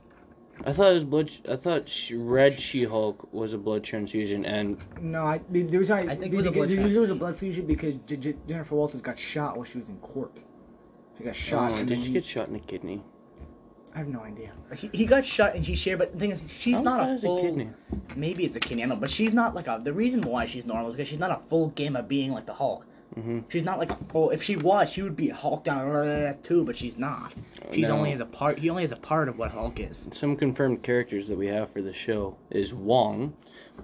[SPEAKER 3] i thought it was blood i thought sh red she hulk was a blood transfusion and
[SPEAKER 1] No, I, they- they were sorry.
[SPEAKER 2] I think
[SPEAKER 1] they-
[SPEAKER 2] it was a
[SPEAKER 1] they-
[SPEAKER 2] blood
[SPEAKER 1] they-
[SPEAKER 2] transfusion.
[SPEAKER 1] It was a blood fusion because J- J- Jennifer Walters got shot while she was in court. She got shot.
[SPEAKER 3] oh,
[SPEAKER 1] and
[SPEAKER 3] did
[SPEAKER 1] then-
[SPEAKER 3] she get shot in the kidney
[SPEAKER 1] I have no idea.
[SPEAKER 2] He, he got shot and she shared, but the thing is, she's
[SPEAKER 3] I always
[SPEAKER 2] not
[SPEAKER 3] thought it
[SPEAKER 2] a
[SPEAKER 3] was
[SPEAKER 2] full.
[SPEAKER 3] a kidney
[SPEAKER 2] Maybe it's a kidney, I don't know, but she's not like a. The reason why she's normal is because she's not a full gamma being like the Hulk.
[SPEAKER 3] Mhm.
[SPEAKER 2] She's not like a full. If she was, she would be Hulk down uh, too, but she's not. She's
[SPEAKER 3] no.
[SPEAKER 2] only as a part. He only has a part of what Hulk is.
[SPEAKER 3] some confirmed characters that we have for the show is Wong.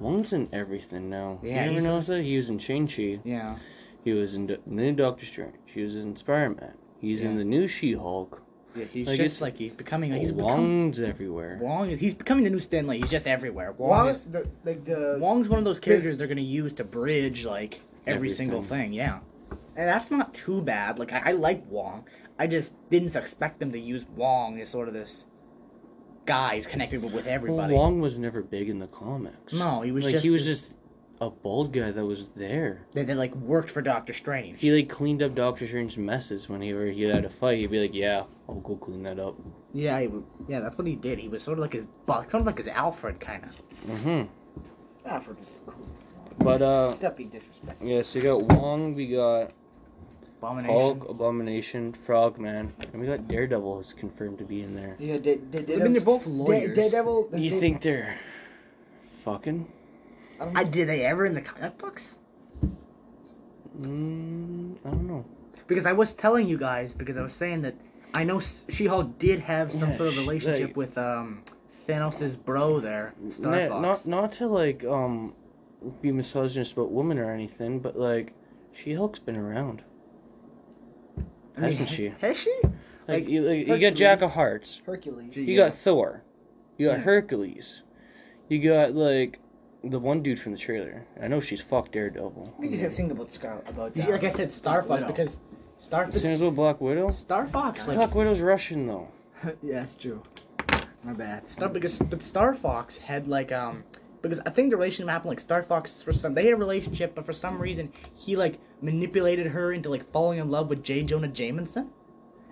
[SPEAKER 3] Wong's in everything now.
[SPEAKER 2] Yeah,
[SPEAKER 3] you
[SPEAKER 2] he's-
[SPEAKER 3] never noticed that? He was in Shang-Chi.
[SPEAKER 2] Yeah.
[SPEAKER 3] He was in the new Doctor Strange. He was in Spider-Man. He's in
[SPEAKER 2] Yeah.
[SPEAKER 3] the new She-Hulk.
[SPEAKER 2] Yeah, he's
[SPEAKER 3] Like,
[SPEAKER 2] just
[SPEAKER 3] it's-
[SPEAKER 2] like he's becoming. Like, he's become,
[SPEAKER 3] Wong's everywhere.
[SPEAKER 2] Wong. is- He's becoming the new Stanley. He's just everywhere. Wong.
[SPEAKER 1] Why was
[SPEAKER 2] is,
[SPEAKER 1] the like the
[SPEAKER 2] Wong's one of those characters they're gonna use to bridge like every
[SPEAKER 3] Everything.
[SPEAKER 2] single thing. Yeah. And that's not too bad. Like I, I like Wong. I just didn't expect them to use Wong as sort of this guy who's connected with
[SPEAKER 3] Well,
[SPEAKER 2] everybody.
[SPEAKER 3] Wong was never big in the comics.
[SPEAKER 2] No, he was
[SPEAKER 3] like
[SPEAKER 2] just
[SPEAKER 3] he was
[SPEAKER 2] this-
[SPEAKER 3] just a bald guy that was there.
[SPEAKER 2] They, they like worked for Doctor Strange.
[SPEAKER 3] He like cleaned up Doctor Strange's messes whenever he had a fight. He'd be like, "Yeah, I'll go clean that up."
[SPEAKER 2] yeah, he, w- yeah, that's what he did. He was sort of like his, bu- kind of like his Alfred, kind of.
[SPEAKER 3] hmm
[SPEAKER 2] Ah,
[SPEAKER 1] Alfred is cool.
[SPEAKER 3] But uh,
[SPEAKER 1] Stop being disrespectful.
[SPEAKER 3] yeah. So we got Wong. We got
[SPEAKER 2] Abomination.
[SPEAKER 3] Hulk, Abomination, Frogman, and we got Daredevil is confirmed to be in there.
[SPEAKER 1] Yeah, they, they,
[SPEAKER 2] I mean, they're both lawyers.
[SPEAKER 1] Daredevil.
[SPEAKER 3] You
[SPEAKER 1] they-
[SPEAKER 3] think they're fucking?
[SPEAKER 1] I don't
[SPEAKER 2] I,
[SPEAKER 1] know.
[SPEAKER 2] did they ever in the comic books?
[SPEAKER 3] Mm, I don't know.
[SPEAKER 2] Because I was telling you guys, because I was saying that I know S- She-Hulk did have some
[SPEAKER 3] Yeah,
[SPEAKER 2] sort of
[SPEAKER 3] she-
[SPEAKER 2] relationship
[SPEAKER 3] like-
[SPEAKER 2] with um Thanos' bro there, Star
[SPEAKER 3] Not,
[SPEAKER 2] Fox.
[SPEAKER 3] not not to like um be misogynist about women or anything, but like She Hulk's been around,
[SPEAKER 2] I mean,
[SPEAKER 3] hasn't she?
[SPEAKER 2] Has she?
[SPEAKER 3] Like,
[SPEAKER 2] Like,
[SPEAKER 3] you, like, you got Jack of
[SPEAKER 1] Hercules.
[SPEAKER 3] Hearts,
[SPEAKER 1] Hercules.
[SPEAKER 3] you got Thor, you got Hercules, you got like the one dude from the trailer. I know she's fucked Daredevil.
[SPEAKER 1] We just gotta think about Scar about
[SPEAKER 2] You
[SPEAKER 1] that.
[SPEAKER 2] see, Like I said, Star Fox,
[SPEAKER 1] Widow.
[SPEAKER 2] because Star
[SPEAKER 3] As soon as well, Black Widow.
[SPEAKER 2] Star Fox, like
[SPEAKER 3] Black Widow's Russian though.
[SPEAKER 1] yeah, that's true. My bad.
[SPEAKER 2] Star because but Star Fox had like um because I think the relationship happened like Star Fox for some they had a relationship but for some reason he like manipulated her into like falling in love with J Jonah Jameson.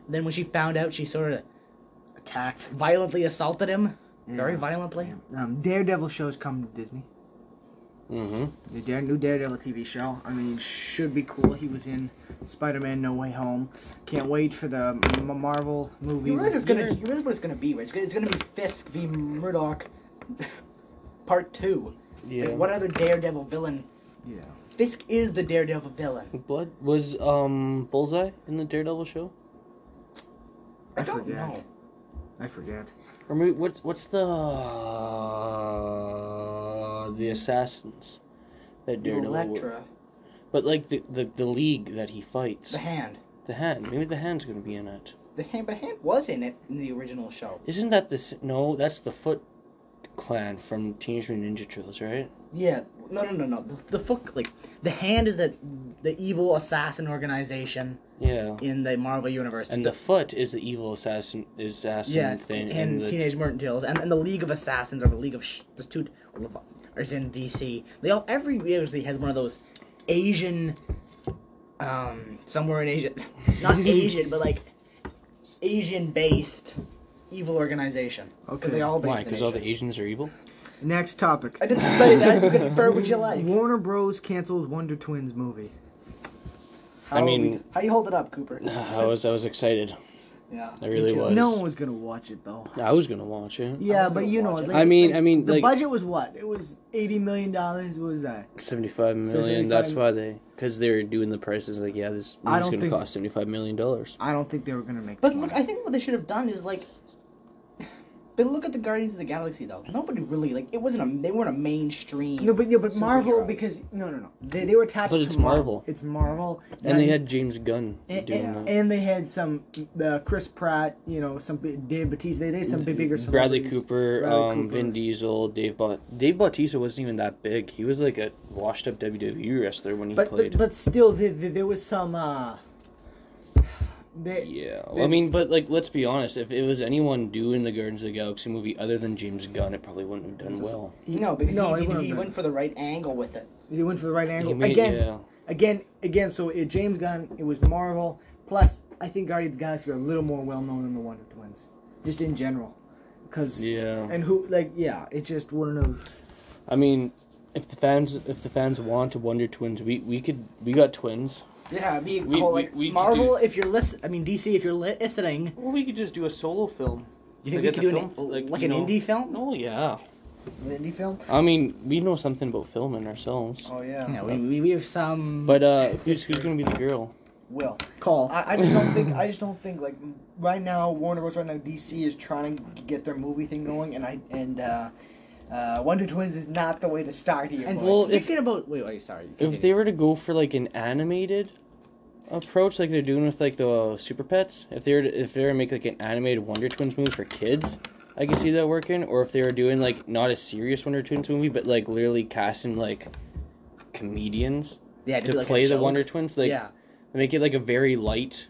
[SPEAKER 2] And then when she found out, she sort of
[SPEAKER 1] Attacked.
[SPEAKER 2] violently assaulted him, very
[SPEAKER 1] Yeah.
[SPEAKER 2] violently.
[SPEAKER 1] Um, Daredevil shows come to Disney.
[SPEAKER 3] Mm-hmm.
[SPEAKER 1] The Dare, new Daredevil TV show. I mean, should be cool. He was in Spider-Man: No Way Home. Can't wait for the M- Marvel movie.
[SPEAKER 2] You realize it's gonna you realize what it's gonna be, right? It's gonna, it's gonna be Fisk v Murdoch, part two.
[SPEAKER 3] Yeah.
[SPEAKER 2] Like, what other Daredevil villain?
[SPEAKER 1] Yeah.
[SPEAKER 2] Fisk is the Daredevil villain.
[SPEAKER 3] Blood was um Bullseye in the Daredevil show,
[SPEAKER 2] I,
[SPEAKER 1] I
[SPEAKER 2] don't
[SPEAKER 1] forget.
[SPEAKER 2] know.
[SPEAKER 1] I forget.
[SPEAKER 3] or maybe what's what's the uh, the assassins that Daredevil? were-
[SPEAKER 2] Elektra,
[SPEAKER 3] But like the, the the league that he fights,
[SPEAKER 2] the hand,
[SPEAKER 3] the hand. Maybe the hand's gonna be in it.
[SPEAKER 2] the hand, but hand was in it in the original show.
[SPEAKER 3] Isn't that the s- no? That's the Foot Clan from Teenage Mutant Ninja Turtles, right?
[SPEAKER 2] Yeah, no, no, no, no. The, the fuck, like the hand is the the evil assassin organization
[SPEAKER 3] Yeah.
[SPEAKER 2] in the Marvel universe.
[SPEAKER 3] And the Foot is the evil assassin assassin
[SPEAKER 2] yeah,
[SPEAKER 3] thing.
[SPEAKER 2] and
[SPEAKER 3] And, the,
[SPEAKER 2] Teenage Mutant Ninja Turtles, and, and the League of Assassins, or the League of Sh- the two is in DC. They all every university has one of those Asian, um, somewhere in Asia, not Asian, but like Asian-based evil organization. 'Cause
[SPEAKER 1] Okay.
[SPEAKER 2] they all based
[SPEAKER 3] why?
[SPEAKER 2] in
[SPEAKER 3] Because all
[SPEAKER 2] Asia.
[SPEAKER 3] the Asians are evil.
[SPEAKER 1] Next topic.
[SPEAKER 2] I didn't say that. You can infer what you like.
[SPEAKER 1] Warner Bros. cancels Wonder Twins movie.
[SPEAKER 3] I mean-
[SPEAKER 2] how you hold it up, Cooper?
[SPEAKER 3] I was I was excited.
[SPEAKER 2] Yeah.
[SPEAKER 3] I really was.
[SPEAKER 4] No one was gonna watch it though.
[SPEAKER 3] I was gonna watch it.
[SPEAKER 4] Yeah,
[SPEAKER 2] was
[SPEAKER 4] but
[SPEAKER 2] gonna
[SPEAKER 4] you know,
[SPEAKER 2] watch
[SPEAKER 4] it's
[SPEAKER 2] it.
[SPEAKER 4] like,
[SPEAKER 3] I mean-
[SPEAKER 4] like,
[SPEAKER 3] I mean,
[SPEAKER 4] the
[SPEAKER 3] like-
[SPEAKER 4] budget was what? It was eighty million dollars. What was that?
[SPEAKER 3] Seventy-five million. That's why they, because they're doing the prices. Like, yeah, this
[SPEAKER 4] I
[SPEAKER 3] movie's
[SPEAKER 4] don't
[SPEAKER 3] gonna
[SPEAKER 4] think-
[SPEAKER 3] cost seventy-five million dollars.
[SPEAKER 4] I don't think they were gonna make.
[SPEAKER 2] But
[SPEAKER 4] the
[SPEAKER 2] look,
[SPEAKER 4] money.
[SPEAKER 2] I think what they should have done is like. But look at the Guardians of the Galaxy though. Nobody really like it wasn't a they weren't a mainstream.
[SPEAKER 4] no, but yeah, but Marvel
[SPEAKER 2] Superheroes.
[SPEAKER 4] because no, no, no, they, they were attached
[SPEAKER 3] But
[SPEAKER 4] to
[SPEAKER 3] it's Marvel.
[SPEAKER 4] It's Marvel,
[SPEAKER 3] And they had James Gunn
[SPEAKER 4] and,
[SPEAKER 3] doing
[SPEAKER 4] and-
[SPEAKER 3] that.
[SPEAKER 4] and they had some uh, Chris Pratt, you know, some bi- Dave Bautista. They did some big, bigger
[SPEAKER 3] Bradley
[SPEAKER 4] celebrities.
[SPEAKER 3] Cooper,
[SPEAKER 4] Bradley
[SPEAKER 3] um,
[SPEAKER 4] Cooper.
[SPEAKER 3] Vin Diesel, Dave Baut Dave Bautista wasn't even that big. He was like a washed-up WWE wrestler when he
[SPEAKER 4] But,
[SPEAKER 3] played.
[SPEAKER 4] but but still, the, the, there was some. uh they,
[SPEAKER 3] yeah,
[SPEAKER 4] they-
[SPEAKER 3] I mean, but like, let's be honest. If it was anyone doing the Guardians of the Galaxy movie other than James Gunn, it probably wouldn't have done well.
[SPEAKER 2] no, because
[SPEAKER 4] No, it
[SPEAKER 2] he,
[SPEAKER 4] wouldn't
[SPEAKER 2] he, he
[SPEAKER 4] have
[SPEAKER 2] went for the right angle with it.
[SPEAKER 4] He went for the right angle
[SPEAKER 3] You mean-
[SPEAKER 4] again.
[SPEAKER 3] yeah.
[SPEAKER 4] Again, again. So it, James Gunn, it was Marvel. Plus, I think Guardians of the Galaxy are a little more well known than the Wonder Twins, just in general, because
[SPEAKER 3] Yeah.
[SPEAKER 4] and who like yeah, it just wouldn't have.
[SPEAKER 3] I mean, if the fans if the fans want to Wonder Twins, we we could we got twins.
[SPEAKER 2] Yeah, I mean,
[SPEAKER 3] We-
[SPEAKER 2] Cole,
[SPEAKER 3] we-
[SPEAKER 2] Oh, like,
[SPEAKER 3] we could
[SPEAKER 2] Marvel. If you're listening, I mean DC. If you're listening,
[SPEAKER 3] Well, we could just do a solo film.
[SPEAKER 2] you think
[SPEAKER 3] Like
[SPEAKER 2] we
[SPEAKER 3] at
[SPEAKER 2] could
[SPEAKER 3] the
[SPEAKER 2] do an,
[SPEAKER 3] film-
[SPEAKER 2] like,
[SPEAKER 3] like,
[SPEAKER 2] an
[SPEAKER 3] you know-
[SPEAKER 2] indie film?
[SPEAKER 3] Oh yeah.
[SPEAKER 4] Indie film?
[SPEAKER 3] I mean, we know something about filming ourselves.
[SPEAKER 4] Oh yeah.
[SPEAKER 2] Yeah, we, we, we have some.
[SPEAKER 3] But uh, who's who's gonna be the girl?
[SPEAKER 4] Will.
[SPEAKER 2] Call.
[SPEAKER 4] I, I just don't think I just don't think like right now Warner Bros. right now DC is trying to get their movie thing going and I and uh, uh, Wonder Twins is not the way to start here.
[SPEAKER 2] and
[SPEAKER 4] boys.
[SPEAKER 3] Well, if-
[SPEAKER 2] speaking about wait, wait, sorry.
[SPEAKER 3] If they were to go for like an animated approach, like they're doing with like the uh, Super Pets, if they were to, if they were to make like an animated Wonder Twins movie for kids, I could see that working. Or if they were doing like not a serious Wonder Twins movie, but like literally casting like comedians
[SPEAKER 2] yeah,
[SPEAKER 3] to play the Wonder Twins, like
[SPEAKER 2] yeah,
[SPEAKER 3] make it like a very light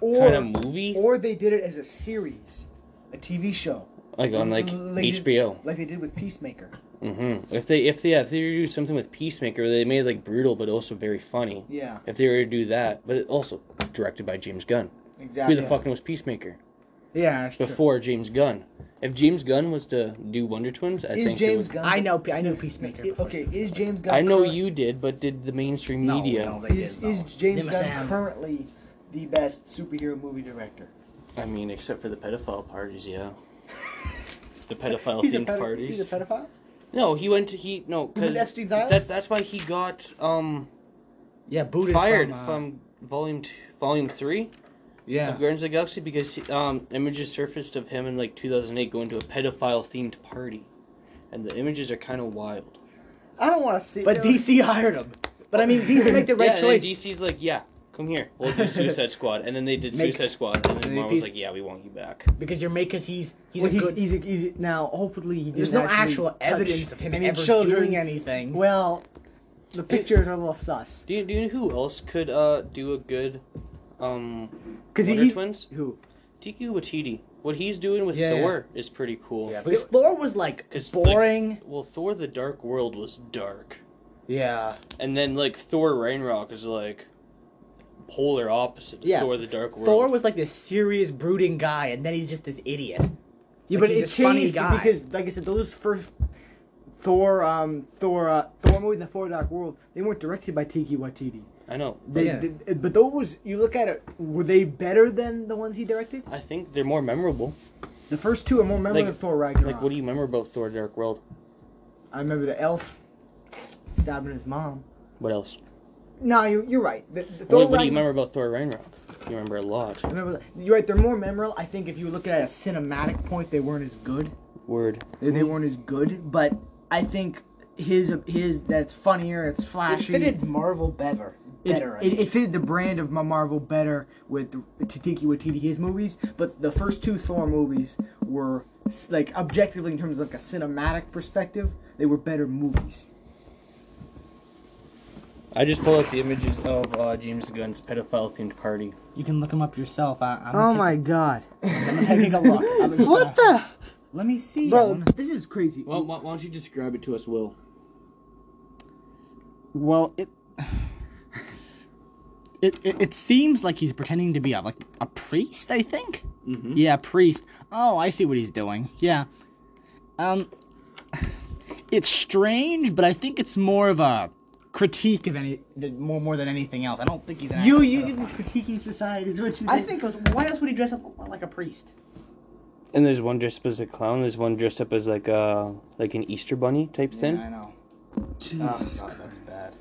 [SPEAKER 4] or,
[SPEAKER 3] kind of movie,
[SPEAKER 4] or they did it as a series, a TV show,
[SPEAKER 3] like on like
[SPEAKER 4] like-
[SPEAKER 3] HBO.
[SPEAKER 4] like they did with Peacemaker.
[SPEAKER 3] hmm If they if they yeah, if they were to do something with Peacemaker, where they made it, like brutal but also very funny.
[SPEAKER 4] Yeah,
[SPEAKER 3] If they were to do that, but also directed by James Gunn.
[SPEAKER 4] exactly.
[SPEAKER 3] Who the fuck knows Peacemaker?
[SPEAKER 2] yeah. sure.
[SPEAKER 3] Before James Gunn. If James Gunn was to do Wonder Twins, I
[SPEAKER 4] is
[SPEAKER 3] think it
[SPEAKER 4] James
[SPEAKER 3] would-
[SPEAKER 4] Gunn?
[SPEAKER 2] I know, I know, Peacemaker.
[SPEAKER 4] i-
[SPEAKER 2] before
[SPEAKER 4] okay,
[SPEAKER 2] Superman.
[SPEAKER 4] is James Gunn?
[SPEAKER 3] I know
[SPEAKER 4] current-
[SPEAKER 3] you did, but did the mainstream
[SPEAKER 2] No,
[SPEAKER 3] media?
[SPEAKER 2] no, they
[SPEAKER 4] Is,
[SPEAKER 2] did,
[SPEAKER 4] is
[SPEAKER 2] no.
[SPEAKER 4] James
[SPEAKER 2] Them
[SPEAKER 4] Gunn
[SPEAKER 2] Sam.
[SPEAKER 4] currently the best superhero movie director?
[SPEAKER 3] I mean, except for the pedophile parties, yeah. The pedophile
[SPEAKER 4] He's a
[SPEAKER 3] themed
[SPEAKER 4] pedo-
[SPEAKER 3] parties.
[SPEAKER 4] He's a pedophile.
[SPEAKER 3] No, he went to he no because
[SPEAKER 4] With Epstein's Island?
[SPEAKER 3] that, that's why he got um
[SPEAKER 2] yeah, booted
[SPEAKER 3] fired
[SPEAKER 2] from, uh,
[SPEAKER 3] from volume two, volume three
[SPEAKER 2] yeah.
[SPEAKER 3] of Guardians of the Galaxy because um, images surfaced of him in like 2008 going to a pedophile themed party, and the images are kind of wild.
[SPEAKER 4] I don't want to see.
[SPEAKER 2] But DC hired him. But I mean, DC make the right
[SPEAKER 3] yeah,
[SPEAKER 2] choice.
[SPEAKER 3] and then DC's like, yeah, come here, we'll do Suicide Squad, and then they did
[SPEAKER 2] Make-
[SPEAKER 3] Suicide Squad, and then
[SPEAKER 2] Maybe-
[SPEAKER 3] Marvel's like, yeah, we want you back.
[SPEAKER 2] because you're made because he's he's
[SPEAKER 4] Well,
[SPEAKER 2] a
[SPEAKER 4] he's, e-,
[SPEAKER 2] good.
[SPEAKER 4] he's, he's, now. Hopefully, he
[SPEAKER 2] there's no
[SPEAKER 4] didn't actually
[SPEAKER 2] actual
[SPEAKER 4] touch
[SPEAKER 2] evidence of him
[SPEAKER 4] any
[SPEAKER 2] ever
[SPEAKER 4] children.
[SPEAKER 2] doing anything.
[SPEAKER 4] Well, the pictures are a little sus.
[SPEAKER 3] Do you, do you know who else could uh do a good um
[SPEAKER 4] Because
[SPEAKER 3] Wonder
[SPEAKER 4] he's
[SPEAKER 3] Twins?
[SPEAKER 4] who?
[SPEAKER 3] Tiki Watiti. What he's doing with
[SPEAKER 2] Yeah, yeah.
[SPEAKER 3] Thor is pretty cool.
[SPEAKER 2] yeah, because Thor was like
[SPEAKER 3] 'Cause, like-
[SPEAKER 2] boring.
[SPEAKER 3] Well, Thor: The Dark World was dark,
[SPEAKER 2] yeah,
[SPEAKER 3] and then like Thor: Ragnarok is like polar opposite. Of
[SPEAKER 2] Yeah,
[SPEAKER 3] Thor: The Dark World.
[SPEAKER 2] Thor was like this serious brooding guy, and then he's just this idiot.
[SPEAKER 4] Yeah,
[SPEAKER 2] Like,
[SPEAKER 4] but
[SPEAKER 2] he's
[SPEAKER 4] it
[SPEAKER 2] this funny
[SPEAKER 4] changed
[SPEAKER 2] guy.
[SPEAKER 4] because, like I said, those first Thor, um, Thor, uh, Thor movie, the Thor Dark World, they weren't directed by Tiki Watiti.
[SPEAKER 3] I know.
[SPEAKER 4] They,
[SPEAKER 2] Yeah.
[SPEAKER 4] they- but those, you look at it, were they better than the ones he directed?
[SPEAKER 3] I think they're more memorable.
[SPEAKER 4] The first two are more memorable
[SPEAKER 3] Like-
[SPEAKER 4] than Thor Ragnarok.
[SPEAKER 3] Like, what do you remember about Thor: Dark World?
[SPEAKER 4] I remember the elf stabbing his mom.
[SPEAKER 3] What else?
[SPEAKER 4] No, you're, you're right. The, the Thor
[SPEAKER 3] What, what do you
[SPEAKER 4] Ragnar-
[SPEAKER 3] remember about Thor: Ragnarok? You remember a lot.
[SPEAKER 4] I remember that. You're right. They're more memorable. I think if you look at it at a cinematic point, they weren't as good.
[SPEAKER 3] Word.
[SPEAKER 4] They,
[SPEAKER 2] Mm-hmm.
[SPEAKER 4] they weren't as good. But I think his his that's funnier. It's
[SPEAKER 2] It
[SPEAKER 4] flashy.
[SPEAKER 2] fitted Marvel better.
[SPEAKER 4] It,
[SPEAKER 2] Better. I
[SPEAKER 4] it,
[SPEAKER 2] mean.
[SPEAKER 4] it fitted the brand of Ma- Marvel better with Tatiki Watiti his movies, but the first two Thor movies were s- like objectively in terms of like a cinematic perspective, they were better movies.
[SPEAKER 3] I just pulled up the images of uh, James Gunn's pedophile themed party.
[SPEAKER 2] you can look him up yourself. I, I'm
[SPEAKER 4] Oh my god!
[SPEAKER 2] I'm taking a look. I'm just
[SPEAKER 4] What the?
[SPEAKER 2] Let me see. I
[SPEAKER 4] Bro,
[SPEAKER 2] wanna-
[SPEAKER 4] this is crazy.
[SPEAKER 3] why, why don't you describe it to us, Will?
[SPEAKER 2] Well, it. It, it, it seems like he's pretending to be a like a priest, I think.
[SPEAKER 3] Mm-hmm.
[SPEAKER 2] Yeah, priest. Oh, I see what he's doing. Yeah. Um it's strange, but I think it's more of a critique of any th- more more than anything else. I don't think he's an.
[SPEAKER 4] You
[SPEAKER 2] actor.
[SPEAKER 4] you think he's critiquing society is what you
[SPEAKER 2] I
[SPEAKER 4] think.
[SPEAKER 2] think why else would he dress up like a priest?
[SPEAKER 3] And there's one dressed up as a clown. There's one dressed up as like uh like an Easter bunny type thing.
[SPEAKER 2] I know.
[SPEAKER 4] Jesus
[SPEAKER 2] God,
[SPEAKER 4] Christ.
[SPEAKER 2] that's bad.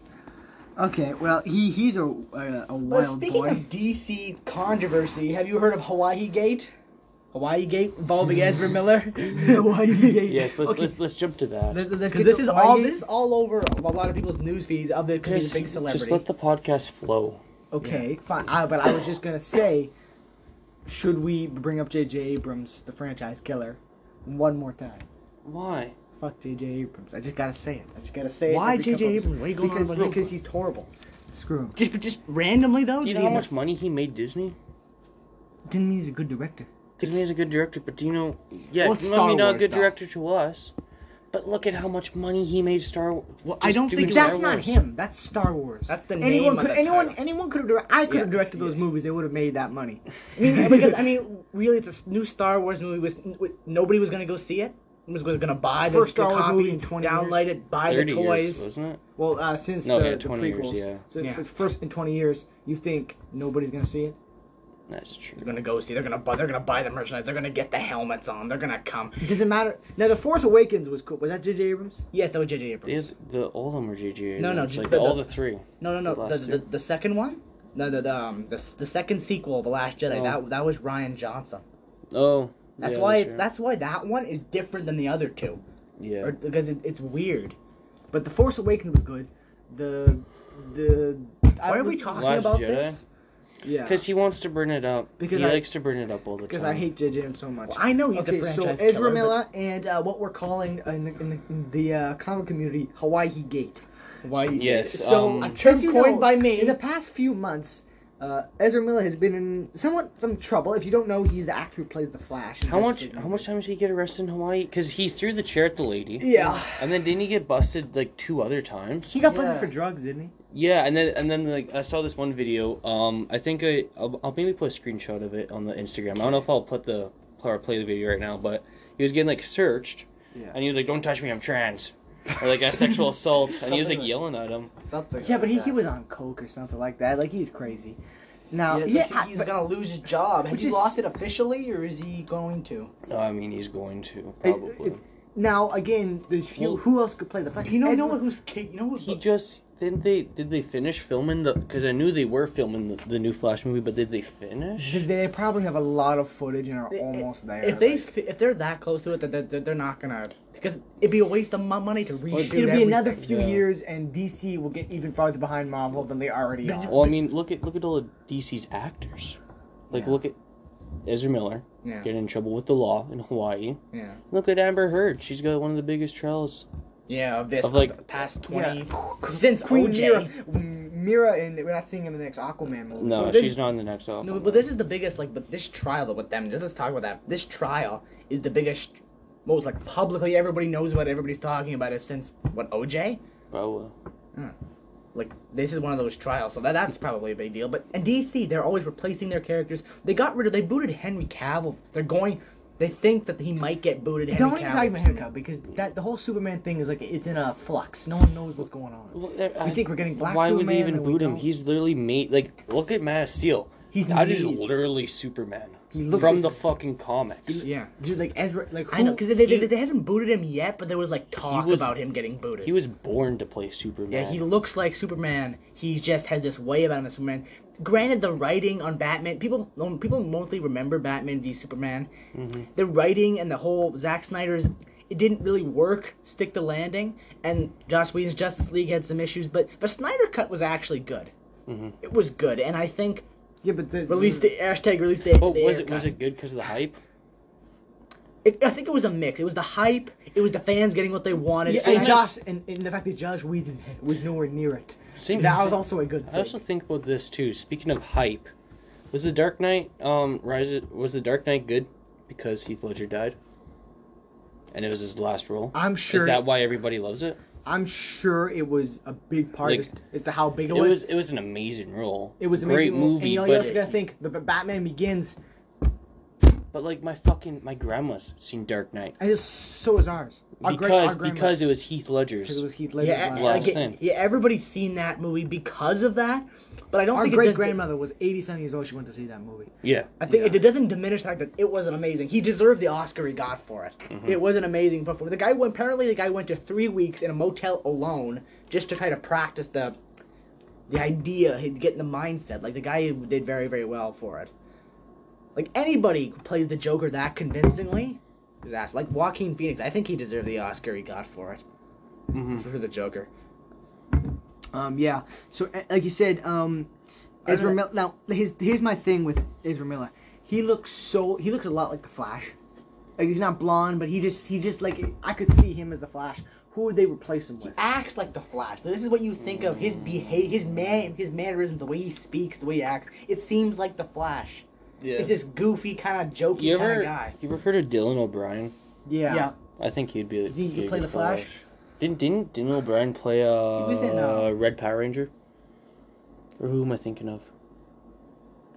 [SPEAKER 4] Okay, well he he's a a, a
[SPEAKER 2] Well,
[SPEAKER 4] wild
[SPEAKER 2] speaking
[SPEAKER 4] boy.
[SPEAKER 2] of DC controversy, have you heard of Hawaii Gate? Hawaii Gate involving Ezra Miller.
[SPEAKER 3] Yes, let's let's let's jump to that.
[SPEAKER 4] Let, us
[SPEAKER 2] Because this is all this is all over a lot of people's news feeds of the because he's a big celebrity.
[SPEAKER 3] just let the podcast flow.
[SPEAKER 4] Okay, fine. I, but I was just gonna say, should we bring up J.J. Abrams, the franchise killer, one more time?
[SPEAKER 3] Why?
[SPEAKER 4] Fuck J.J. Abrams. I just gotta say it. I just gotta say it.
[SPEAKER 2] Why
[SPEAKER 4] every
[SPEAKER 2] J.J.
[SPEAKER 4] couple of-
[SPEAKER 2] Abrams? What are you going on
[SPEAKER 4] because,
[SPEAKER 2] about him
[SPEAKER 4] Because
[SPEAKER 2] for?
[SPEAKER 4] he's horrible. Screw him.
[SPEAKER 2] Just, but just randomly though.
[SPEAKER 3] Do you
[SPEAKER 2] did
[SPEAKER 3] know how
[SPEAKER 2] he
[SPEAKER 3] much
[SPEAKER 2] miss-
[SPEAKER 3] money he made Disney?
[SPEAKER 2] Didn't mean he's a good director.
[SPEAKER 3] Disney is a good director, but do you know? Yeah,
[SPEAKER 2] Well, it's
[SPEAKER 3] you know, I
[SPEAKER 2] Star
[SPEAKER 3] mean, not a
[SPEAKER 2] Wars,
[SPEAKER 3] good
[SPEAKER 2] though.
[SPEAKER 3] director to us. But look at how much money he made Star. Wars.
[SPEAKER 2] Well, I don't think
[SPEAKER 4] That's not him. That's Star Wars.
[SPEAKER 2] That's the name
[SPEAKER 4] anyone
[SPEAKER 2] of
[SPEAKER 4] could
[SPEAKER 2] the
[SPEAKER 4] anyone
[SPEAKER 2] title.
[SPEAKER 4] anyone could have directed. I could have
[SPEAKER 2] Yeah,
[SPEAKER 4] directed those movies. They would have made that money.
[SPEAKER 2] I mean, because I mean, really, this new Star Wars movie was with- nobody was gonna go see it. Nobody was gonna buy the,
[SPEAKER 4] First
[SPEAKER 2] the
[SPEAKER 4] Star Wars
[SPEAKER 2] copy,
[SPEAKER 4] movie in 20 years.
[SPEAKER 2] download it, buy the
[SPEAKER 3] Thirty years,
[SPEAKER 2] toys.
[SPEAKER 3] wasn't it?
[SPEAKER 4] Well, uh, since
[SPEAKER 3] No,
[SPEAKER 4] the,
[SPEAKER 3] yeah,
[SPEAKER 4] the
[SPEAKER 3] 20 years,
[SPEAKER 4] prequels,
[SPEAKER 3] yeah.
[SPEAKER 4] so
[SPEAKER 2] Yeah.
[SPEAKER 4] for the first in twenty years, you think nobody's gonna see it?
[SPEAKER 3] That's true.
[SPEAKER 2] They're gonna go see. They're gonna buy. They're gonna buy the merchandise. They're gonna get the helmets on. They're gonna come.
[SPEAKER 4] Does it matter? Now, The Force Awakens was cool. Was that J.J. Abrams?
[SPEAKER 2] Yes, that was J.J. Abrams.
[SPEAKER 3] The, oth- the all of them are JJ.
[SPEAKER 2] No, no,
[SPEAKER 3] Abrams,
[SPEAKER 2] just
[SPEAKER 3] like
[SPEAKER 2] the-
[SPEAKER 3] all
[SPEAKER 2] the-
[SPEAKER 3] the three.
[SPEAKER 2] No, no, no.
[SPEAKER 3] The
[SPEAKER 2] The,
[SPEAKER 3] last
[SPEAKER 2] the, the second one? No, the, the um the, the second sequel of the Last Jedi.
[SPEAKER 3] Oh.
[SPEAKER 2] That that was Ryan Johnson.
[SPEAKER 3] Oh,
[SPEAKER 2] That's
[SPEAKER 3] yeah,
[SPEAKER 2] why it's
[SPEAKER 3] right.
[SPEAKER 2] that's why that one is different than the other two,
[SPEAKER 3] Yeah,
[SPEAKER 2] or, because it, it's weird.
[SPEAKER 4] But The Force Awakens was good. The the I
[SPEAKER 2] Why are
[SPEAKER 4] was-
[SPEAKER 2] we talking
[SPEAKER 3] Last
[SPEAKER 2] about
[SPEAKER 3] Jedi?
[SPEAKER 2] this?
[SPEAKER 4] Yeah,
[SPEAKER 3] because he wants to burn it up.
[SPEAKER 4] Because
[SPEAKER 3] he
[SPEAKER 4] I-
[SPEAKER 3] likes to burn it up all the time.
[SPEAKER 4] because I hate J.J. Abrams so much.
[SPEAKER 2] Well, I know he's
[SPEAKER 4] okay,
[SPEAKER 2] the
[SPEAKER 4] so
[SPEAKER 2] franchise
[SPEAKER 4] Ezra
[SPEAKER 2] killer, but-
[SPEAKER 4] Miller and uh, what we're calling in the, in the, in the uh, comic community Hawaii Gate.
[SPEAKER 2] Why?
[SPEAKER 3] Yes.
[SPEAKER 4] So
[SPEAKER 3] um,
[SPEAKER 4] a
[SPEAKER 2] term
[SPEAKER 4] term coined by me. In the past few months, uh, Ezra Miller has been in somewhat some trouble. If you don't know, he's the actor who plays the Flash. in
[SPEAKER 3] How much?
[SPEAKER 4] Justice League.
[SPEAKER 3] How much time does he get arrested in Hawaii? Because he threw the chair at the lady.
[SPEAKER 4] Yeah.
[SPEAKER 3] And then didn't he get busted like two other times?
[SPEAKER 1] He got
[SPEAKER 4] Yeah.
[SPEAKER 1] busted for drugs, didn't he?
[SPEAKER 3] Yeah, and then and then like I saw this one video. Um, I think I I'll, I'll maybe put a screenshot of it on the Instagram. I don't know if I'll put the or play the video right now, but he was getting like searched,
[SPEAKER 4] Yeah.
[SPEAKER 3] and he was like, "Don't touch me, I'm trans," or like a sexual assault, and he was like yelling at him.
[SPEAKER 4] Something.
[SPEAKER 1] Yeah, but he,
[SPEAKER 4] like
[SPEAKER 1] he
[SPEAKER 4] that.
[SPEAKER 1] was on coke or something like that. Like he's crazy. Now,
[SPEAKER 2] Yeah,
[SPEAKER 1] yeah,
[SPEAKER 2] he's gonna lose his job. Has
[SPEAKER 1] Which
[SPEAKER 2] he
[SPEAKER 1] is-
[SPEAKER 2] lost it officially, or is he going to?
[SPEAKER 3] No, I mean he's going to
[SPEAKER 4] It-
[SPEAKER 3] probably.
[SPEAKER 4] it's- now again, there's few.
[SPEAKER 3] Well-
[SPEAKER 4] who else could play the Flash?
[SPEAKER 2] You know, you
[SPEAKER 4] Ezra-
[SPEAKER 2] know what? Who's kid? You know what?
[SPEAKER 3] He just didn't they did they finish filming the because I knew they were filming the, the new Flash movie, but did they finish?
[SPEAKER 4] They probably have a lot of footage and are almost there.
[SPEAKER 2] If they fi- if they're that close to it, that they're, they're, they're not gonna because it'd be a waste of my money to reshoot.
[SPEAKER 4] it'll be
[SPEAKER 2] everything.
[SPEAKER 4] another few
[SPEAKER 3] Yeah.
[SPEAKER 4] years, and DC will get even farther behind Marvel than they already are.
[SPEAKER 3] Well, I mean, look at look at all of DC's actors. Like, look at Ezra Miller
[SPEAKER 2] Yeah.
[SPEAKER 3] getting in trouble with the law in Hawaii.
[SPEAKER 2] Yeah.
[SPEAKER 3] Look at Amber Heard; she's got one of the biggest trials.
[SPEAKER 2] Yeah, of this
[SPEAKER 3] Of,
[SPEAKER 2] of
[SPEAKER 3] like-
[SPEAKER 2] like past twenty
[SPEAKER 4] Yeah.
[SPEAKER 2] since
[SPEAKER 4] Queen
[SPEAKER 2] OJ.
[SPEAKER 4] Mira, Mira, and we're not seeing him in the next Aquaman movie.
[SPEAKER 3] No,
[SPEAKER 2] Well, they-
[SPEAKER 3] she's not in the next album.
[SPEAKER 2] No, but this is the biggest like. But this trial though, with them, just let's talk about that. This trial is the biggest, most like publicly everybody knows about. it, Everybody's talking about it since what OJ.
[SPEAKER 3] probably.
[SPEAKER 2] Like this is one of those trials, so that, that's probably a big deal. But in DC, they're always replacing their characters. They got rid of, they booted Henry Cavill. They're going, they think that he might get booted. Henry
[SPEAKER 1] don't even
[SPEAKER 2] Cavill
[SPEAKER 1] talk about
[SPEAKER 2] soon.
[SPEAKER 1] him because that the whole Superman thing is like it's in a flux. No one knows what's going on.
[SPEAKER 3] Well, there- I
[SPEAKER 1] think we're getting Black
[SPEAKER 3] Why would
[SPEAKER 1] Superman,
[SPEAKER 3] they even
[SPEAKER 1] then we
[SPEAKER 3] boot him?
[SPEAKER 1] don't.
[SPEAKER 3] He's literally made like look at Man of Steel.
[SPEAKER 1] He's
[SPEAKER 3] that is
[SPEAKER 1] made.
[SPEAKER 3] literally Superman
[SPEAKER 1] He looks
[SPEAKER 3] from
[SPEAKER 1] ex-
[SPEAKER 3] the fucking comics.
[SPEAKER 2] Yeah,
[SPEAKER 1] Dude, like Ezra, like who,
[SPEAKER 2] I know because they, they,
[SPEAKER 1] he-
[SPEAKER 2] they, haven't booted him yet, but there was like talk
[SPEAKER 3] was-
[SPEAKER 2] about him getting booted.
[SPEAKER 3] He was born to play Superman.
[SPEAKER 2] Yeah, he looks like Superman. He just has this way about him as Superman. Granted, the writing on Batman, people um, people mostly remember Batman v Superman.
[SPEAKER 3] Mm-hmm.
[SPEAKER 2] The writing and the whole Zack Snyder's, it didn't really work. Stick the landing, and Joss Whedon's Justice League had some issues, but the Snyder cut was actually good.
[SPEAKER 3] Mhm.
[SPEAKER 2] It was good, and I think
[SPEAKER 4] Yeah, but the,
[SPEAKER 2] release the hashtag release date.
[SPEAKER 3] But was it was it good because of the hype?
[SPEAKER 2] it? I think it was a mix. It was the hype. It was the fans getting what they wanted.
[SPEAKER 1] yeah,
[SPEAKER 2] so
[SPEAKER 1] and
[SPEAKER 2] that's-
[SPEAKER 1] Josh, and, and the fact that Josh Whedon was nowhere near it.
[SPEAKER 3] Same.
[SPEAKER 1] That was also a good
[SPEAKER 3] I also
[SPEAKER 1] thing.
[SPEAKER 3] think about this too. Speaking of hype, was the Dark Knight um Rise was the Dark Knight good because Heath Ledger died, and it was his last role?
[SPEAKER 4] I'm sure.
[SPEAKER 3] Is that why everybody loves it?
[SPEAKER 4] I'm sure it was a big part
[SPEAKER 3] Like,
[SPEAKER 4] as, as to how big it,
[SPEAKER 3] It
[SPEAKER 4] was.
[SPEAKER 3] was it was an amazing role.
[SPEAKER 4] It was an
[SPEAKER 3] great
[SPEAKER 4] amazing role,
[SPEAKER 3] movie,
[SPEAKER 4] and you
[SPEAKER 3] but,
[SPEAKER 4] also gotta think the B- Batman Begins.
[SPEAKER 3] but like my fucking my grandma's seen Dark Knight.
[SPEAKER 4] And it's, so is ours. Our Uh, great-
[SPEAKER 3] because
[SPEAKER 4] our grandmas-
[SPEAKER 3] because it was Heath
[SPEAKER 4] because
[SPEAKER 3] Ledger's.
[SPEAKER 4] it was Heath Ledger's
[SPEAKER 2] Yeah,
[SPEAKER 4] last
[SPEAKER 2] I-
[SPEAKER 3] Well,
[SPEAKER 2] I
[SPEAKER 4] name.
[SPEAKER 3] Last
[SPEAKER 2] get-
[SPEAKER 3] name.
[SPEAKER 2] yeah, everybody's seen that movie because of that, but I don't
[SPEAKER 4] Our
[SPEAKER 2] think
[SPEAKER 4] great
[SPEAKER 2] it does-
[SPEAKER 4] grandmother was 80 something years old. She went to see that movie.
[SPEAKER 3] Yeah.
[SPEAKER 2] I think
[SPEAKER 4] Yeah.
[SPEAKER 2] it doesn't diminish the fact that it wasn't amazing. He deserved the Oscar he got for it.
[SPEAKER 4] Mm-hmm.
[SPEAKER 2] It was an amazing performance. The guy went, apparently the guy went to three weeks in a motel alone just to try to practice the the idea, he'd get in the mindset. Like the guy did very very well for it. Like anybody who plays the Joker that convincingly, is ass. Like Joaquin Phoenix, I think he deserved the Oscar he got for it
[SPEAKER 3] Mm-hmm.
[SPEAKER 2] for the Joker.
[SPEAKER 4] Um, yeah. So, a- like you said, um,
[SPEAKER 2] I
[SPEAKER 4] Ezra
[SPEAKER 2] don't-
[SPEAKER 4] Miller. Now, his here's my thing with Ezra Miller. He looks so. He looks a lot like the Flash. Like he's not blonde, but he just he just like I could see him as the Flash. Who would they replace him with?
[SPEAKER 2] acts like the Flash. This is what you think of his behavior, his man, his mannerisms, the way he speaks, the way he acts. It seems like the Flash.
[SPEAKER 3] Yeah.
[SPEAKER 2] It's this goofy kind of jokey
[SPEAKER 3] you
[SPEAKER 2] kind
[SPEAKER 3] ever
[SPEAKER 2] of guy.
[SPEAKER 3] you ever heard of Dylan O'Brien?
[SPEAKER 4] Yeah.
[SPEAKER 2] Yeah.
[SPEAKER 3] I think he'd be.
[SPEAKER 4] think he could
[SPEAKER 3] be a
[SPEAKER 4] play
[SPEAKER 3] good
[SPEAKER 4] the Flash?
[SPEAKER 3] Didn't didn't Dylan O'Brien play uh,
[SPEAKER 4] was in, uh,
[SPEAKER 3] Red Power Ranger? Or who am I thinking of?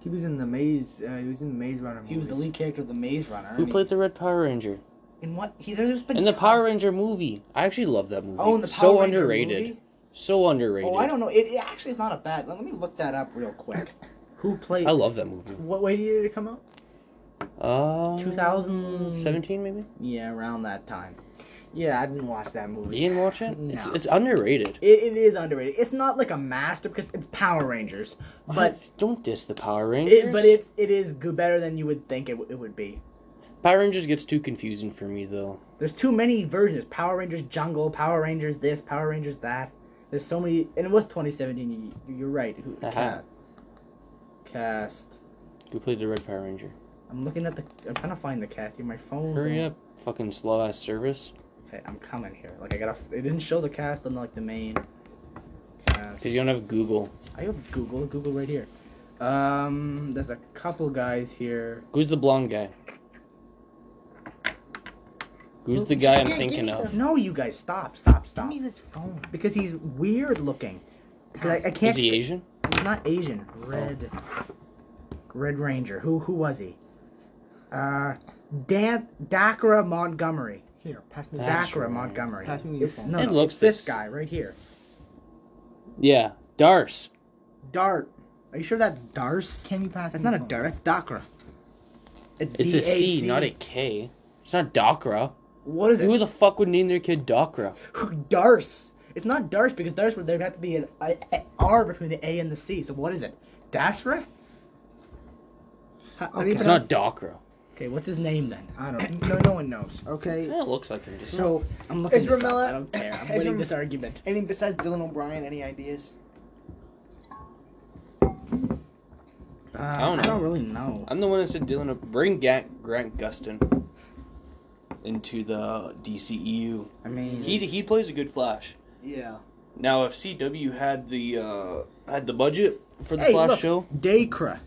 [SPEAKER 4] He was in the Maze. Uh, he was in the Maze Runner.
[SPEAKER 2] He was the lead character of the Maze Runner.
[SPEAKER 3] Who
[SPEAKER 2] and
[SPEAKER 3] played the Red Power Ranger?
[SPEAKER 2] he- In what? He, there's been
[SPEAKER 3] In the
[SPEAKER 2] tons-
[SPEAKER 3] Power Ranger movie. I actually love that movie.
[SPEAKER 2] Oh, in the Power
[SPEAKER 3] so
[SPEAKER 2] Ranger
[SPEAKER 3] underrated.
[SPEAKER 2] movie?
[SPEAKER 3] So underrated.
[SPEAKER 2] Oh, I don't know. It, it actually is not a bad. Let me look that up real quick. Who played?
[SPEAKER 3] I love that movie.
[SPEAKER 4] What way did it come out?
[SPEAKER 3] Uh,
[SPEAKER 2] 2000
[SPEAKER 3] 17 maybe?
[SPEAKER 2] Yeah, around that time.
[SPEAKER 4] Yeah, I didn't watch that
[SPEAKER 3] You
[SPEAKER 4] movie.
[SPEAKER 3] didn't watch it? It's,
[SPEAKER 4] No.
[SPEAKER 3] it's underrated.
[SPEAKER 2] It, it is underrated. It's not like a master because it's Power Rangers, but
[SPEAKER 3] But don't diss the Power Rangers.
[SPEAKER 2] it, but it it is good better than you would think it, w- it would be.
[SPEAKER 3] Power Rangers gets too confusing for me though.
[SPEAKER 2] There's too many versions. Power Rangers Jungle, Power Rangers this, Power Rangers that. There's so many, and it was 2017. You, you're right. Who,
[SPEAKER 3] Uh-huh.
[SPEAKER 2] ca- Cast.
[SPEAKER 3] Who played the Red Power Ranger?
[SPEAKER 2] I'm looking at the. I'm trying to find the cast. here. My phone's.
[SPEAKER 3] Hurry
[SPEAKER 2] on-
[SPEAKER 3] up, fucking slow ass service.
[SPEAKER 2] Okay, I'm coming here. Like I gotta. It didn't show the cast on like the main. Cast.
[SPEAKER 3] Because you don't have Google.
[SPEAKER 2] I have Google. Google right here. Um, there's a couple guys here.
[SPEAKER 3] Who's the blonde guy? Who's the guy I'm thinking of?
[SPEAKER 2] No, you guys, stop, stop,
[SPEAKER 1] Give
[SPEAKER 2] stop.
[SPEAKER 1] me this phone.
[SPEAKER 2] Because he's weird looking. Because I, I can't.
[SPEAKER 3] Is he Asian?
[SPEAKER 2] He's not Asian. Red. Red Ranger. Who who was he? Uh, Dan Dakra Montgomery.
[SPEAKER 4] Here, pass me.
[SPEAKER 3] That-
[SPEAKER 4] That,
[SPEAKER 3] That's
[SPEAKER 2] Dakra
[SPEAKER 3] right.
[SPEAKER 2] Montgomery.
[SPEAKER 4] Pass me your
[SPEAKER 2] It's-
[SPEAKER 4] phone.
[SPEAKER 2] no,
[SPEAKER 3] It
[SPEAKER 2] no,
[SPEAKER 3] looks
[SPEAKER 2] it's this
[SPEAKER 3] this-
[SPEAKER 2] guy right here.
[SPEAKER 3] Yeah. Darce.
[SPEAKER 2] Dart. Are you sure that's Darce?
[SPEAKER 4] Can you pass?
[SPEAKER 2] That's
[SPEAKER 4] me
[SPEAKER 2] not a
[SPEAKER 4] your phone?
[SPEAKER 2] Dart. That's Dakra. It's,
[SPEAKER 3] It's a C,
[SPEAKER 2] D-A-C.
[SPEAKER 3] not a K. It's not Dakra.
[SPEAKER 2] What is it?
[SPEAKER 3] Who the fuck would name their kid Dakra?
[SPEAKER 2] Darce. It's not Darce because Darce would there'd have to be an a, a R between the A and the C. So what is it? Dasra? How, how do you
[SPEAKER 4] Okay.
[SPEAKER 3] It's
[SPEAKER 2] pronounce-
[SPEAKER 3] not Dakra.
[SPEAKER 2] Okay, what's his name then?
[SPEAKER 4] I don't. No, no one knows. Okay.
[SPEAKER 3] Kinda looks like him. doesn't it?
[SPEAKER 4] So,
[SPEAKER 2] I'm looking
[SPEAKER 4] Ezra
[SPEAKER 2] this up.
[SPEAKER 4] Miller-
[SPEAKER 2] I don't care. I'm
[SPEAKER 4] Ezra
[SPEAKER 2] winning this
[SPEAKER 4] Miller-
[SPEAKER 2] argument.
[SPEAKER 4] anything besides Dylan O'Brien? Any ideas?
[SPEAKER 2] Uh,
[SPEAKER 3] I don't know.
[SPEAKER 2] really know.
[SPEAKER 3] I'm the one that said Dylan. O- Bring Grant, Grant Gustin into the DCEU.
[SPEAKER 2] I mean,
[SPEAKER 3] He he plays a good Flash.
[SPEAKER 4] Yeah.
[SPEAKER 3] Now, if CW had the uh, had the budget for the
[SPEAKER 2] Hey,
[SPEAKER 3] Flash
[SPEAKER 2] look.
[SPEAKER 3] show,
[SPEAKER 2] Dacra.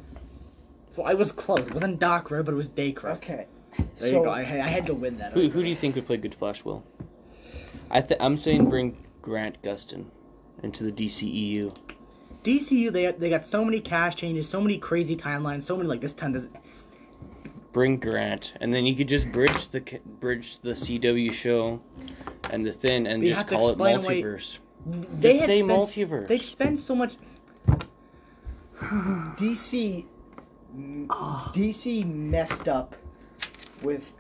[SPEAKER 2] So I was close. It wasn't Dakra, but it was Dacra.
[SPEAKER 4] Okay.
[SPEAKER 2] There you go. I, I had to win that.
[SPEAKER 3] who, who do you think would play good Flash? Will I th- I'm saying bring Grant Gustin into the E DCEU.
[SPEAKER 2] DCU, they they got so many cash changes, so many crazy timelines, so many like this time does.
[SPEAKER 3] Bring Grant, and then you could just bridge the c- bridge the CW show and the thin, and
[SPEAKER 2] You
[SPEAKER 3] just
[SPEAKER 2] have to
[SPEAKER 3] call it
[SPEAKER 2] explain away-
[SPEAKER 3] multiverse.
[SPEAKER 2] They
[SPEAKER 3] the
[SPEAKER 2] had
[SPEAKER 3] same
[SPEAKER 2] spent,
[SPEAKER 3] multiverse.
[SPEAKER 2] They spend so much.
[SPEAKER 4] DC m-
[SPEAKER 3] Ah.
[SPEAKER 4] DC messed up with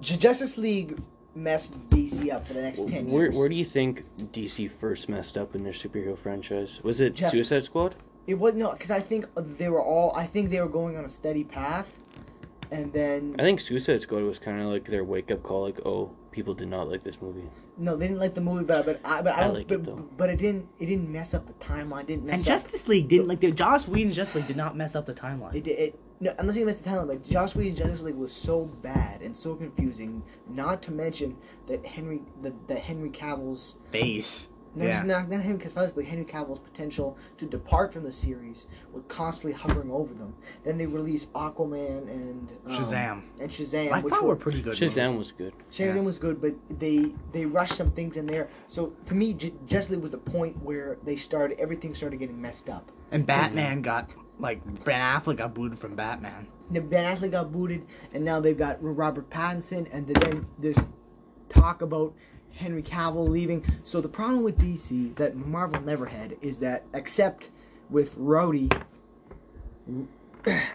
[SPEAKER 4] J- Justice League messed DC up for the next 10
[SPEAKER 3] Where,
[SPEAKER 4] years.
[SPEAKER 3] where do you think DC first messed up in their superhero franchise? Was it
[SPEAKER 4] Just-
[SPEAKER 3] Suicide Squad?
[SPEAKER 4] it was no cuz I think they were all I think they were going on a steady path and then
[SPEAKER 3] I think Suicide Squad was kind of like their wake up call, like, oh, people did not like this movie.
[SPEAKER 4] no they didn't like the movie but but I but I,
[SPEAKER 3] I
[SPEAKER 4] don't,
[SPEAKER 3] like it,
[SPEAKER 4] but,
[SPEAKER 3] though.
[SPEAKER 4] but it didn't it didn't mess up the timeline didn't mess
[SPEAKER 2] And
[SPEAKER 4] up
[SPEAKER 2] Justice League didn't like the Joss Whedon's Justice League did not mess up the timeline.
[SPEAKER 4] It, it, it no, I'm not saying that's the talent. Like Josh Whedon's Justice League was so bad and so confusing. Not to mention that Henry, the, that Henry Cavill's
[SPEAKER 2] Face.
[SPEAKER 4] not
[SPEAKER 2] Yeah.
[SPEAKER 4] just not, not Henry Cavill's, but Henry Cavill's potential to depart from the series was constantly hovering over them. Then they released Aquaman and um,
[SPEAKER 2] Shazam.
[SPEAKER 4] and Shazam,
[SPEAKER 2] I
[SPEAKER 4] which
[SPEAKER 2] thought
[SPEAKER 4] were,
[SPEAKER 2] were pretty good.
[SPEAKER 3] Shazam was good.
[SPEAKER 4] Shazam
[SPEAKER 2] Yeah.
[SPEAKER 4] was good, but they they rushed some things in there. So for me, J- Justice League was the point where they started everything started getting messed up.
[SPEAKER 2] And Batman got like Ben Affleck got booted from Batman.
[SPEAKER 4] Then Ben Affleck got booted, and now they've got Robert Pattinson, and then there's talk about Henry Cavill leaving. So the problem with DC that Marvel never had is that, except with Rhodey,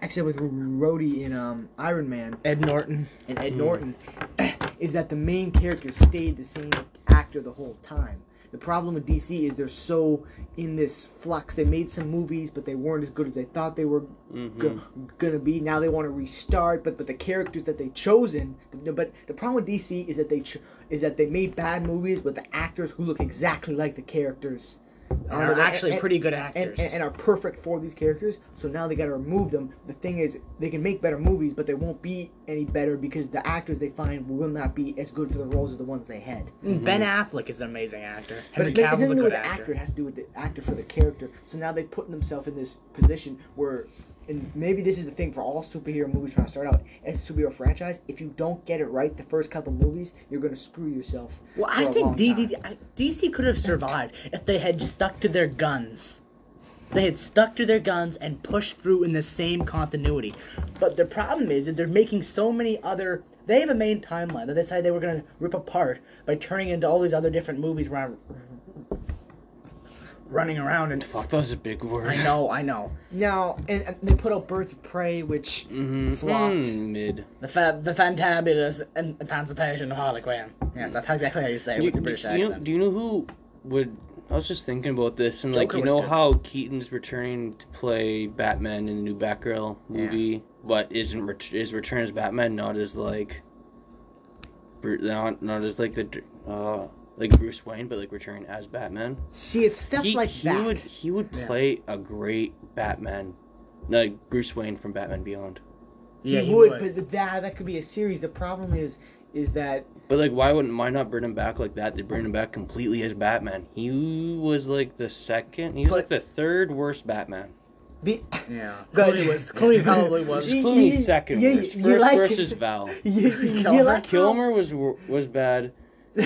[SPEAKER 4] except with Rhodey in um, Iron Man
[SPEAKER 2] Ed Norton.
[SPEAKER 4] and Ed Norton, is that the main character stayed the same actor the whole time. The problem with DC is they're so in this flux. They made some movies, but they weren't as good as they thought they were go- gonna be. Now they want to restart, but but the characters that they chosen. th- But the problem with DC is that they ch- is that they made bad movies with the actors who look exactly like the characters.
[SPEAKER 2] And are actually pretty good
[SPEAKER 4] and,
[SPEAKER 2] actors.
[SPEAKER 4] and, and are perfect for these characters. So now they got to remove them. The thing is, they can make better movies, but they won't be any better because the actors they find will not be as good for the roles as the ones they had.
[SPEAKER 2] Ben Affleck is an amazing actor.
[SPEAKER 4] But
[SPEAKER 2] Henry
[SPEAKER 4] it, it doesn't
[SPEAKER 2] Cavill's a
[SPEAKER 4] do
[SPEAKER 2] good
[SPEAKER 4] with the
[SPEAKER 2] actor.
[SPEAKER 4] actor. It has to do with the actor for the character. So now they put themselves in this position where, and maybe this is the thing for all superhero movies trying to start out as a superhero franchise. If you don't get it right the first couple movies, you're gonna screw yourself.
[SPEAKER 2] Well,
[SPEAKER 4] for
[SPEAKER 2] I
[SPEAKER 4] a
[SPEAKER 2] think
[SPEAKER 4] long
[SPEAKER 2] DD,
[SPEAKER 4] time.
[SPEAKER 2] I- DC could have survived if they had stuck to their guns. They had stuck to their guns and pushed through in the same continuity. But the problem is that they're making so many other. They have a main timeline that they decided they were going to rip apart by turning into all these other different movies around. Running around and.
[SPEAKER 3] Fuck, that was a big word.
[SPEAKER 2] I know, I know.
[SPEAKER 4] Now, and, and they put out Birds of Prey, which
[SPEAKER 2] Mm-hmm.
[SPEAKER 3] Mhm.
[SPEAKER 4] flopped.
[SPEAKER 2] Hmm.
[SPEAKER 3] Mm, mid.
[SPEAKER 2] The fa- the fantabulous en- emancipation of Harley Quinn. Yes, that's exactly how you say it
[SPEAKER 3] You-
[SPEAKER 2] with the British
[SPEAKER 3] you, know,
[SPEAKER 2] accent.
[SPEAKER 3] do you know who would? I was just thinking about this, and like
[SPEAKER 2] Joker
[SPEAKER 3] you
[SPEAKER 2] was
[SPEAKER 3] know
[SPEAKER 2] good.
[SPEAKER 3] how Keaton's returning to play Batman in the new Batgirl movie, but isn't ret- is return as Batman not as like, Bru- not not as like the uh like Bruce Wayne, but like returning as Batman.
[SPEAKER 4] See, it's stuff
[SPEAKER 3] he,
[SPEAKER 4] like
[SPEAKER 3] he
[SPEAKER 4] that.
[SPEAKER 3] would he would
[SPEAKER 2] Yeah.
[SPEAKER 3] play a great Batman, like Bruce Wayne from Batman Beyond.
[SPEAKER 4] He would, but- but that that could be a series. The problem is, is that
[SPEAKER 3] But like, why wouldn't why not bring him back like that? They bring him back completely as Batman. He was like the second. He was like the third worst Batman.
[SPEAKER 4] be,
[SPEAKER 2] Yeah.
[SPEAKER 4] But-
[SPEAKER 2] Clooney was Clooney probably was.
[SPEAKER 4] He-
[SPEAKER 3] Clooney's
[SPEAKER 4] he-
[SPEAKER 3] second
[SPEAKER 4] yeah,
[SPEAKER 3] worst.
[SPEAKER 4] you
[SPEAKER 3] First
[SPEAKER 4] like-
[SPEAKER 3] worst is Val.
[SPEAKER 4] you, you,
[SPEAKER 2] Kilmer?
[SPEAKER 4] you like
[SPEAKER 3] Kilmer was wor- was bad.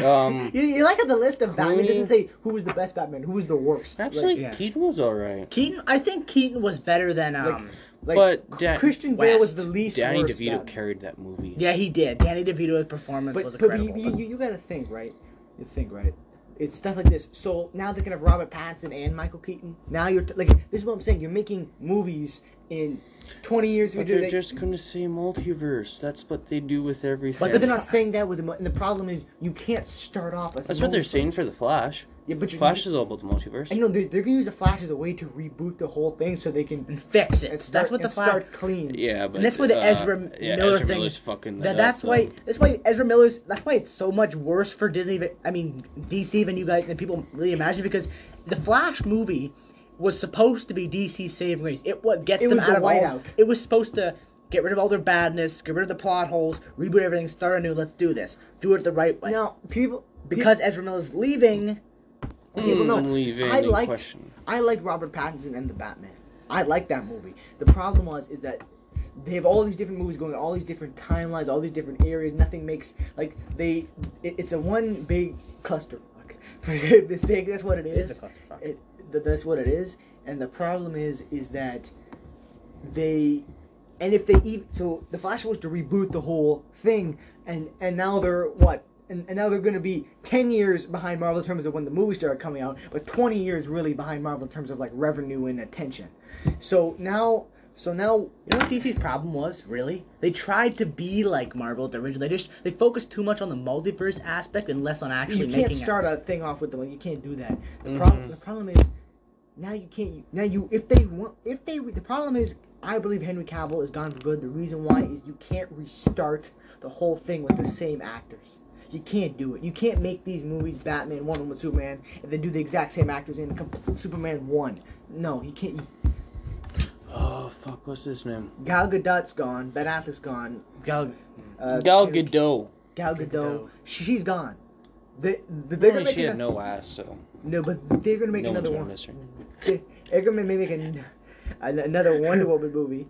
[SPEAKER 3] Um,
[SPEAKER 4] you, you like how the list of Batman
[SPEAKER 3] Clooney?
[SPEAKER 4] doesn't say who was the best Batman, who was the worst.
[SPEAKER 3] actually,
[SPEAKER 2] yeah.
[SPEAKER 3] Keaton was all right.
[SPEAKER 2] Keaton, I think Keaton was better than um.
[SPEAKER 4] like,
[SPEAKER 3] but
[SPEAKER 4] like,
[SPEAKER 3] Dan-
[SPEAKER 4] Christian Bale was
[SPEAKER 2] West.
[SPEAKER 4] the least
[SPEAKER 3] Danny
[SPEAKER 4] worst
[SPEAKER 3] DeVito
[SPEAKER 4] Batman.
[SPEAKER 3] carried that movie.
[SPEAKER 2] yeah, he did. Danny DeVito's performance was
[SPEAKER 4] But, but you,
[SPEAKER 2] incredible.
[SPEAKER 4] you, you gotta think, right? You think, right? It's stuff like this. So now they're gonna have Robert Pattinson and Michael Keaton. Now you're t- like, this is what I'm saying. You're making movies in 20 years.
[SPEAKER 3] But
[SPEAKER 4] we do-
[SPEAKER 3] they're
[SPEAKER 4] they-
[SPEAKER 3] just gonna say multiverse. That's what they do with everything.
[SPEAKER 4] But they're not saying that with the. mo- And the problem is, you can't start off as.
[SPEAKER 3] That's what they're
[SPEAKER 4] most-
[SPEAKER 3] saying for the Flash.
[SPEAKER 4] Yeah, but you're,
[SPEAKER 3] Flash is all about the multiverse.
[SPEAKER 4] I know they're, they're gonna use the Flash as a way to reboot the whole thing, so they can.
[SPEAKER 2] and fix it.
[SPEAKER 4] And start,
[SPEAKER 2] that's what the
[SPEAKER 4] and
[SPEAKER 2] Flash.
[SPEAKER 4] start clean.
[SPEAKER 3] Yeah, but
[SPEAKER 2] that's why the
[SPEAKER 3] uh,
[SPEAKER 2] Ezra
[SPEAKER 3] yeah,
[SPEAKER 2] Miller
[SPEAKER 3] Ezra
[SPEAKER 2] thing-
[SPEAKER 3] Miller's fucking
[SPEAKER 2] That,
[SPEAKER 3] that
[SPEAKER 2] that's
[SPEAKER 3] up,
[SPEAKER 2] why.
[SPEAKER 3] though.
[SPEAKER 2] That's why Ezra Miller's. That's why it's so much worse for Disney. Than, I mean, DC than you guys than people really imagine because the Flash movie was supposed to be DC's saving grace. It what gets
[SPEAKER 4] It
[SPEAKER 2] them
[SPEAKER 4] was
[SPEAKER 2] out
[SPEAKER 4] the
[SPEAKER 2] of all.
[SPEAKER 4] whiteout.
[SPEAKER 2] It was supposed to get rid of all their badness, get rid of the plot holes, reboot everything, start anew. Let's do this. Do it the right way.
[SPEAKER 4] Now people
[SPEAKER 2] because Ezra Miller's leaving.
[SPEAKER 4] people know.
[SPEAKER 3] Mm, leaving
[SPEAKER 4] I
[SPEAKER 3] in
[SPEAKER 4] liked
[SPEAKER 3] question.
[SPEAKER 4] I liked Robert Pattinson and the Batman. I liked that movie. The problem was is that they have all these different movies going, all these different timelines, all these different areas. Nothing makes like they. It, it's a one big clusterfuck. the thing, that's what it is.
[SPEAKER 2] is a clusterfuck.
[SPEAKER 4] It- th- that's what it is. And the problem is is that they and if they even so the flash was to reboot the whole thing and and now they're what and, and now they're going to be 10 years behind marvel in terms of when the movies started coming out but 20 years really behind marvel in terms of like revenue and attention so now so now
[SPEAKER 2] You know what DC's problem was, really? They tried to be like Marvel at the original. They just they focused too much on the multiverse aspect and less on actually
[SPEAKER 4] you
[SPEAKER 2] making
[SPEAKER 4] can't start a thing off with the one you can't do that the
[SPEAKER 3] Mhm.
[SPEAKER 4] problem the problem is now you can't now you if they want if they the problem is i believe henry cavill is gone for good the reason why is you can't restart the whole thing with the same actors you can't do it you can't make these movies batman one with superman and then do the exact same actors in com- superman one no you can't
[SPEAKER 3] Oh fuck, what's this man?
[SPEAKER 4] gal gadot's gone ben affleck's gone
[SPEAKER 2] it. Gal-
[SPEAKER 4] uh,
[SPEAKER 3] Gal
[SPEAKER 4] Carrie-
[SPEAKER 3] Gadot.
[SPEAKER 4] gal
[SPEAKER 2] Gadot.
[SPEAKER 4] gadot she's gone the,
[SPEAKER 3] Yeah,
[SPEAKER 4] the bigger they
[SPEAKER 3] she
[SPEAKER 4] can-
[SPEAKER 3] had no ass, so
[SPEAKER 4] no but they're gonna make
[SPEAKER 3] no one's
[SPEAKER 4] another
[SPEAKER 3] gonna
[SPEAKER 4] one
[SPEAKER 3] miss her.
[SPEAKER 4] Eggman may make an, an, another Wonder Woman movie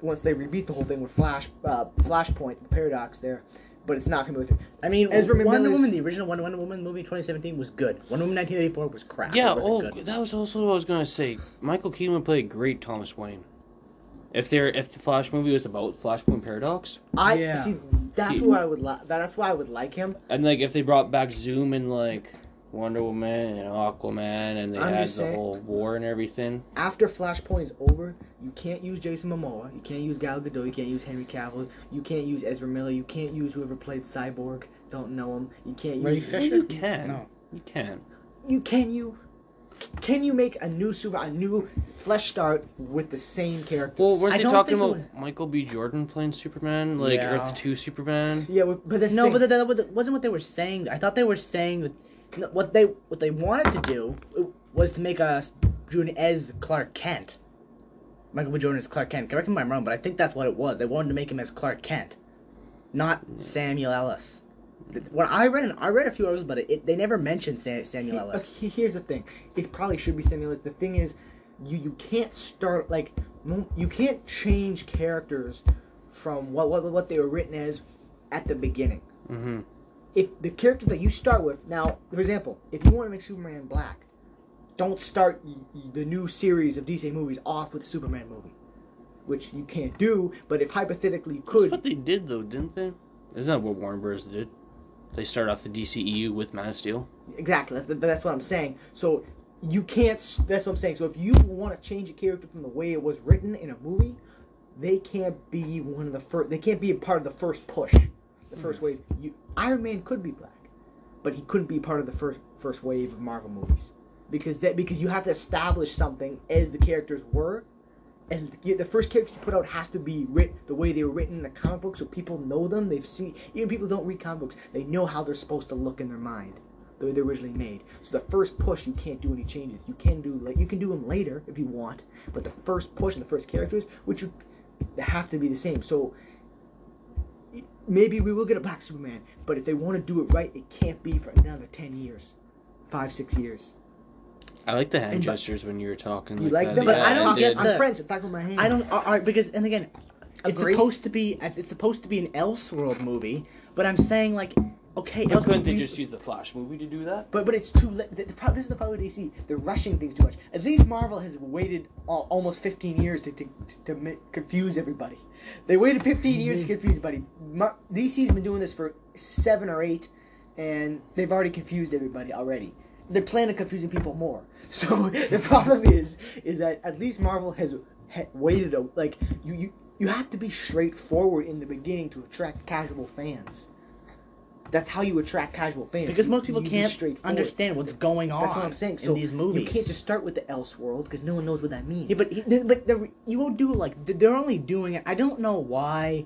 [SPEAKER 4] once they rebeat the whole thing with Flash, uh, Flashpoint, the paradox there, but it's not gonna be with it.
[SPEAKER 2] I mean,
[SPEAKER 4] Ezra
[SPEAKER 2] Wonder
[SPEAKER 4] Miller's-
[SPEAKER 2] Woman, the original Wonder, Wonder Woman movie, in 2017 was good. Wonder Woman 1984 was crap.
[SPEAKER 3] Yeah,
[SPEAKER 2] It wasn't
[SPEAKER 3] oh,
[SPEAKER 2] good.
[SPEAKER 3] that was also what I was gonna say. Michael Keaton would play a great Thomas Wayne. If there, if the Flash movie was about Flashpoint Paradox,
[SPEAKER 4] I
[SPEAKER 2] Yeah.
[SPEAKER 4] see. That's
[SPEAKER 3] He-
[SPEAKER 4] where I would. Li- that's why I would like him.
[SPEAKER 3] and like if they brought back Zoom and like Wonder Woman and Aquaman, and they
[SPEAKER 4] I'm
[SPEAKER 3] had
[SPEAKER 4] just
[SPEAKER 3] the
[SPEAKER 4] saying-
[SPEAKER 3] whole war and everything.
[SPEAKER 4] After Flashpoint is over, you can't use Jason Momoa. You can't use Gal Gadot. You can't use Henry Cavill. You can't use Ezra Miller. You can't use whoever played Cyborg. Don't know him. You can't
[SPEAKER 2] Ray
[SPEAKER 4] use.
[SPEAKER 2] Fisher?
[SPEAKER 3] you can.
[SPEAKER 2] No.
[SPEAKER 3] You can.
[SPEAKER 4] You can you. Can you make a new super, a new flesh start with the same characters?
[SPEAKER 3] Well, weren't
[SPEAKER 2] I
[SPEAKER 3] they
[SPEAKER 2] don't
[SPEAKER 3] talking
[SPEAKER 2] think it
[SPEAKER 3] about Michael B. Jordan playing Superman, like
[SPEAKER 2] Yeah.
[SPEAKER 3] Earth Two Superman?
[SPEAKER 4] yeah, but but that's
[SPEAKER 2] No,
[SPEAKER 4] thing.
[SPEAKER 2] but that, that wasn't what they were saying. I thought they were saying that no, what they what they wanted to do was to make us June as Clark Kent. Michael B. Jordan as Clark Kent. Correct me if I'm wrong, but I think that's what it was. They wanted to make him as Clark Kent, not Samuel Ellis. Th- When I read an, I read a few articles about it. it they never mentioned Sam, Samuel
[SPEAKER 4] He-
[SPEAKER 2] Ellis.
[SPEAKER 4] okay, here's the thing. It probably should be Samuel Ellis. The thing is, you you can't start like mo- you can't change characters from what what what they were written as at the beginning.
[SPEAKER 3] Mm-hmm.
[SPEAKER 4] If the characters that you start with now, for example, if you want to make Superman black, don't start y- y- the new series of DC movies off with a Superman movie, which you can't do. But if hypothetically you
[SPEAKER 3] That's
[SPEAKER 4] could,
[SPEAKER 3] what they did though, didn't they? Isn't that what Warner Bros. did? They started off the DCEU with Man of Steel.
[SPEAKER 4] Exactly. That, that's what I'm saying. So you can't. s- That's what I'm saying. So if you want to change a character from the way it was written in a movie, they can't be one of the first. They can't be a part of the first push, the first wave. You, Iron Man could be black, but he couldn't be part of the first first wave of Marvel movies because that because you have to establish something as the characters were. And the the first characters you put out has to be writ the way they were written in the comic book, so people know them. They've seen even people who don't read comic books. They know how they're supposed to look in their mind the way they're originally made. So the first push, you can't do any changes. You can do like you can do them later if you want, but the first push and the first characters, which you they have to be the same. So y- maybe we will get a black Superman, but if they want to do it right, it can't be for another ten years, five six years.
[SPEAKER 3] I like the hand
[SPEAKER 4] And bu-
[SPEAKER 3] gestures when you were talking.
[SPEAKER 4] You like
[SPEAKER 3] that.
[SPEAKER 4] them, but
[SPEAKER 3] Yeah,
[SPEAKER 4] I don't
[SPEAKER 3] did.
[SPEAKER 4] get. I'm
[SPEAKER 2] the-
[SPEAKER 4] French. I'm talking with my hands.
[SPEAKER 2] I don't. All right, because and again, it's
[SPEAKER 4] Agree.
[SPEAKER 2] supposed to be it's supposed to be an Elseworld movie, but I'm saying like, okay,
[SPEAKER 3] But couldn't they
[SPEAKER 2] Elseworld-
[SPEAKER 3] just use the Flash movie to do that?
[SPEAKER 4] But but it's too late. The, the pro- this is the problem with DC. They're rushing things too much. At least Marvel has waited al- almost 15 years to, to, to ma- confuse everybody. They waited 15 years to confuse everybody. Mar- DC's been doing this for seven or eight, and they've already confused everybody already. They're planning on confusing people more. So the problem is is that at least Marvel has ha- waited. A, like you, you you have to be straightforward in the beginning to attract casual fans. That's how you attract casual fans
[SPEAKER 2] because most people
[SPEAKER 4] you be
[SPEAKER 2] can't
[SPEAKER 4] straightforward.
[SPEAKER 2] understand what's going on.
[SPEAKER 4] That's what I'm saying. So
[SPEAKER 2] in these movies,
[SPEAKER 4] you can't just start with the else world because no one knows what that means.
[SPEAKER 2] Yeah, but he- but the, you will do like th- they're only doing it. I don't know why.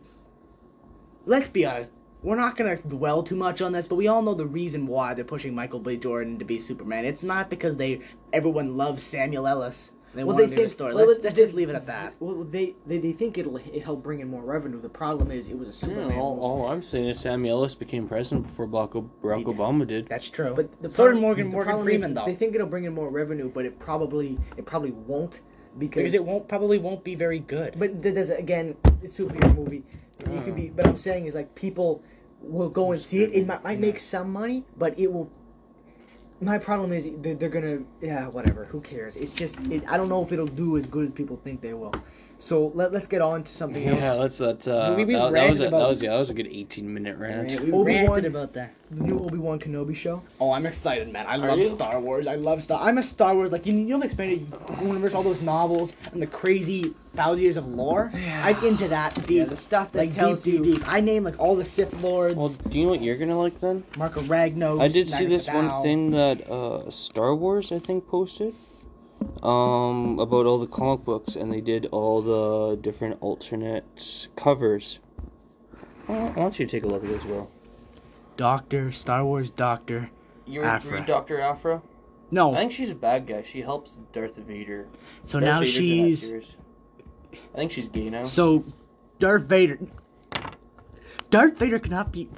[SPEAKER 2] Let's be honest. We're not gonna dwell too much on this, but we all know the reason why they're pushing Michael B. Jordan to be Superman. It's not because they everyone loves Samuel Ellis. They
[SPEAKER 4] Well,
[SPEAKER 2] want to
[SPEAKER 4] they
[SPEAKER 2] do the
[SPEAKER 4] think-
[SPEAKER 2] story.
[SPEAKER 4] well,
[SPEAKER 2] let's,
[SPEAKER 4] they-
[SPEAKER 2] let's just leave it at that.
[SPEAKER 4] well, they, they they think it'll h- help bring in more revenue. The problem is it was a Superman.
[SPEAKER 3] Yeah, all,
[SPEAKER 4] movie.
[SPEAKER 3] all I'm saying is Sam Ellis became president before Barack, O- Barack
[SPEAKER 2] did.
[SPEAKER 3] Obama did.
[SPEAKER 2] That's true.
[SPEAKER 4] But the
[SPEAKER 2] so
[SPEAKER 4] problem-
[SPEAKER 2] did Morgan
[SPEAKER 4] the
[SPEAKER 2] Morgan
[SPEAKER 4] problem is
[SPEAKER 2] Freeman though,
[SPEAKER 4] They think it'll bring in more revenue, but it probably it probably won't because,
[SPEAKER 2] because it won't probably won't be very good.
[SPEAKER 4] But th- there's again it's a superhero movie. You could be. But I'm saying is like people will go and see it. It might, might make some money, but it will. My problem is they're, they're gonna yeah whatever. Who cares? It's just it, I don't know if it'll do as good as people think they will. So let, let's get on to something
[SPEAKER 3] Yeah,
[SPEAKER 4] else.
[SPEAKER 3] that's that. Uh,
[SPEAKER 4] We- we
[SPEAKER 3] that, that was
[SPEAKER 4] ranted
[SPEAKER 3] a, that
[SPEAKER 4] about-
[SPEAKER 3] was yeah, that was a good 18 minute rant.
[SPEAKER 4] Yeah, we
[SPEAKER 2] Obi
[SPEAKER 4] ranted
[SPEAKER 2] Wan
[SPEAKER 4] about
[SPEAKER 2] about that.
[SPEAKER 4] the new Obi Wan Kenobi show.
[SPEAKER 2] Oh, I'm excited, man. I love
[SPEAKER 3] you?
[SPEAKER 2] Star Wars. I love Star. I'm a Star Wars like you. You know the expanded universe, all those novels, and the crazy thousand years of lore. I'm into that deep.
[SPEAKER 4] Yeah, the stuff that
[SPEAKER 2] like
[SPEAKER 4] tells
[SPEAKER 2] deep,
[SPEAKER 4] you-
[SPEAKER 2] deep, deep. I name like all the Sith lords,
[SPEAKER 3] Well, do you know what you're gonna like then?
[SPEAKER 2] Marco Ragnos.
[SPEAKER 3] I did see
[SPEAKER 2] Magnus
[SPEAKER 3] this one
[SPEAKER 2] Thal.
[SPEAKER 3] thing that uh, Star Wars I think posted um, about all the comic books, and they did all the different alternate covers. I want- I want you to take a look at this, Will.
[SPEAKER 2] Doctor Star Wars Doctor.
[SPEAKER 3] You
[SPEAKER 2] were- Afra. were you
[SPEAKER 3] Doctor Afra.
[SPEAKER 2] No,
[SPEAKER 3] I think she's a bad guy. She helps Darth Vader.
[SPEAKER 2] so now she's
[SPEAKER 3] I think she's gay now.
[SPEAKER 2] so Darth Vader. Darth Vader cannot be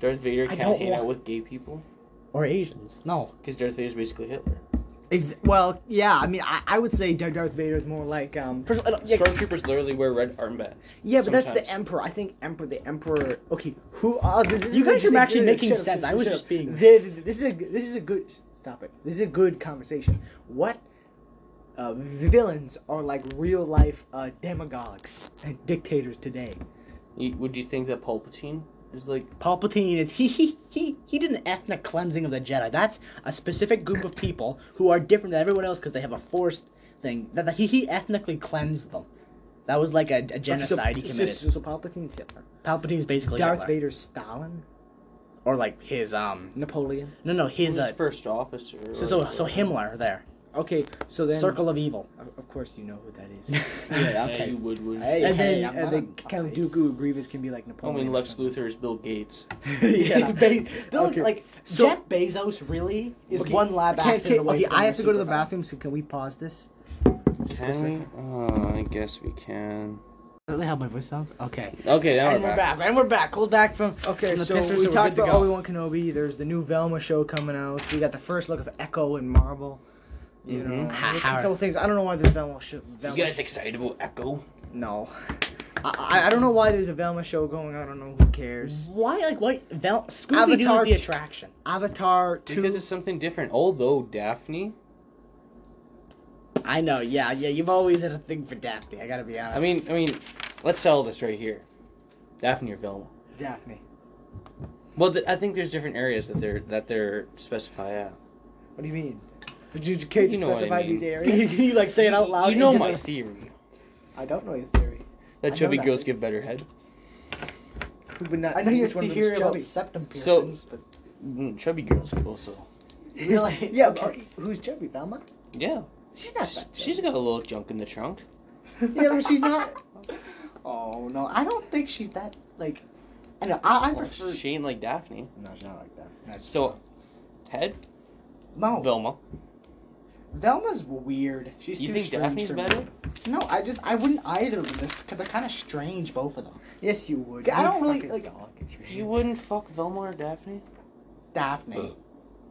[SPEAKER 3] Darth Vader
[SPEAKER 2] can't don't hang want- out
[SPEAKER 3] with gay people
[SPEAKER 2] or Asians. No.
[SPEAKER 3] because Darth Vader's basically Hitler.
[SPEAKER 4] Ex- well, yeah, I mean I, I would say Dar- Darth Vader is more like um. First of all, I don't- yeah,
[SPEAKER 3] Stormtroopers literally wear red armbands.
[SPEAKER 4] yeah, but that's
[SPEAKER 3] sometimes.
[SPEAKER 4] the Emperor. I think Emperor, the Emperor. Okay, who? Uh, this is
[SPEAKER 2] You guys
[SPEAKER 4] a- this
[SPEAKER 2] are
[SPEAKER 4] is a
[SPEAKER 2] actually
[SPEAKER 4] good-
[SPEAKER 2] making
[SPEAKER 4] shut up,
[SPEAKER 2] sense.
[SPEAKER 4] shut
[SPEAKER 2] I was
[SPEAKER 4] up,
[SPEAKER 2] just
[SPEAKER 4] shut up.
[SPEAKER 2] being-
[SPEAKER 4] This, this is a this is a good stop it. This is a good conversation. What
[SPEAKER 2] uh, villains are like real life uh, demagogues and dictators today.
[SPEAKER 3] You- Would you think that Palpatine is like
[SPEAKER 2] Palpatine is he he he he did an ethnic cleansing of the Jedi. That's a specific group of people who are different than everyone else because they have a forced thing that that he he ethnically cleansed them. That was like a, a genocide he
[SPEAKER 4] so,
[SPEAKER 2] committed.
[SPEAKER 4] So, so Palpatine's Hitler.
[SPEAKER 2] Palpatine's basically
[SPEAKER 4] Darth
[SPEAKER 2] Hitler.
[SPEAKER 4] Vader's Stalin.
[SPEAKER 2] or like his um
[SPEAKER 4] Napoleon.
[SPEAKER 2] no no his
[SPEAKER 3] his
[SPEAKER 2] uh,
[SPEAKER 3] first officer? or-
[SPEAKER 2] so so so Himmler there
[SPEAKER 4] Okay, so then.
[SPEAKER 2] circle of evil.
[SPEAKER 4] Of- Of course, you know who that is.
[SPEAKER 3] Yeah,
[SPEAKER 2] okay.
[SPEAKER 3] you would. would
[SPEAKER 4] and
[SPEAKER 2] Hey,
[SPEAKER 4] then,
[SPEAKER 2] hey, I'm
[SPEAKER 4] and
[SPEAKER 2] not
[SPEAKER 4] then
[SPEAKER 2] a
[SPEAKER 4] Count
[SPEAKER 2] Nazi.
[SPEAKER 4] Dooku or Grievous can be like
[SPEAKER 3] I
[SPEAKER 4] Napoleon.
[SPEAKER 3] mean,
[SPEAKER 4] or
[SPEAKER 3] Lex
[SPEAKER 4] something.
[SPEAKER 3] Luthor is Bill Gates.
[SPEAKER 4] yeah.
[SPEAKER 2] Be- Bill,
[SPEAKER 4] Okay.
[SPEAKER 2] like
[SPEAKER 4] So-
[SPEAKER 2] Jeff Bezos really is
[SPEAKER 4] Okay,
[SPEAKER 2] one lab
[SPEAKER 4] okay,
[SPEAKER 2] accident
[SPEAKER 4] okay,
[SPEAKER 2] away
[SPEAKER 4] okay,
[SPEAKER 2] from
[SPEAKER 4] I have to go to the
[SPEAKER 2] superpower.
[SPEAKER 4] bathroom, so can we pause this?
[SPEAKER 3] Can we? Uh, I guess we can.
[SPEAKER 2] Is that how my voice sounds? Okay.
[SPEAKER 3] Okay, now
[SPEAKER 2] and
[SPEAKER 3] we're
[SPEAKER 2] we're
[SPEAKER 3] back.
[SPEAKER 2] back. And we're back. Cold back from
[SPEAKER 4] Okay,
[SPEAKER 2] from the
[SPEAKER 4] so
[SPEAKER 2] Pistons,
[SPEAKER 4] we
[SPEAKER 2] we're
[SPEAKER 4] talked
[SPEAKER 2] good
[SPEAKER 4] about
[SPEAKER 2] to
[SPEAKER 4] Obi
[SPEAKER 2] go.
[SPEAKER 4] Wan Kenobi. There's the new Velma show coming out. We got the first look of Echo and Marvel. You
[SPEAKER 3] Mhm.
[SPEAKER 4] know,
[SPEAKER 2] Ha-
[SPEAKER 4] a
[SPEAKER 2] ha-
[SPEAKER 4] couple things. I don't know why there's Velma show.
[SPEAKER 3] You
[SPEAKER 4] Velma
[SPEAKER 3] guys excited about Echo?
[SPEAKER 4] No. I, I, I don't know why there's a Velma show going. I don't know who cares.
[SPEAKER 2] Why like what? Val- Scooby Doo
[SPEAKER 4] Avatar
[SPEAKER 2] is the
[SPEAKER 4] t-
[SPEAKER 2] attraction.
[SPEAKER 4] Avatar two.
[SPEAKER 3] Because it's something different. Although Daphne,
[SPEAKER 2] I know. Yeah, yeah. You've always had a thing for Daphne. I gotta be honest.
[SPEAKER 3] I mean, I mean, let's sell this right here. Daphne or Velma.
[SPEAKER 2] Daphne.
[SPEAKER 3] Well, th- I think there's different areas that they're that they're specify. Yeah.
[SPEAKER 4] What do you mean? Did you, can you,
[SPEAKER 3] You know what I
[SPEAKER 4] specify these
[SPEAKER 3] mean.
[SPEAKER 4] areas?
[SPEAKER 2] you like say it out loud.
[SPEAKER 3] You know
[SPEAKER 2] into
[SPEAKER 3] my
[SPEAKER 2] the-
[SPEAKER 3] theory.
[SPEAKER 4] I don't know your theory.
[SPEAKER 3] That
[SPEAKER 4] know
[SPEAKER 3] chubby
[SPEAKER 4] that.
[SPEAKER 3] girls give better head.
[SPEAKER 4] Who would not?
[SPEAKER 2] I know you're
[SPEAKER 4] which one of them
[SPEAKER 2] theory
[SPEAKER 4] is
[SPEAKER 2] about
[SPEAKER 4] chubby?
[SPEAKER 2] septum
[SPEAKER 3] So-
[SPEAKER 2] piercings, but
[SPEAKER 3] Mm, chubby girls also.
[SPEAKER 2] really,
[SPEAKER 4] Yeah. Okay. Who's chubby? Velma.
[SPEAKER 3] Yeah.
[SPEAKER 4] She's not
[SPEAKER 3] Sh-
[SPEAKER 4] that.
[SPEAKER 3] She's got a little junk in the trunk.
[SPEAKER 4] chubby. yeah, but she's not.
[SPEAKER 2] Oh no, I don't think she's that like. I know. I, I
[SPEAKER 3] Well,
[SPEAKER 2] prefer.
[SPEAKER 3] she ain't like Daphne.
[SPEAKER 4] No, she's not like that.
[SPEAKER 3] Oh, So, head
[SPEAKER 2] No,
[SPEAKER 3] Velma.
[SPEAKER 2] Velma's weird. She's
[SPEAKER 3] You
[SPEAKER 2] too
[SPEAKER 3] think
[SPEAKER 2] strange
[SPEAKER 3] Daphne's
[SPEAKER 2] for me.
[SPEAKER 3] better?
[SPEAKER 2] No, I just I wouldn't either of them because they're kind of strange, both of them.
[SPEAKER 4] Yes, you would.
[SPEAKER 2] I
[SPEAKER 4] You
[SPEAKER 2] don't really,
[SPEAKER 4] fucking
[SPEAKER 2] like-
[SPEAKER 4] dog if you-
[SPEAKER 3] You wouldn't fuck Velma or Daphne.
[SPEAKER 2] Daphne.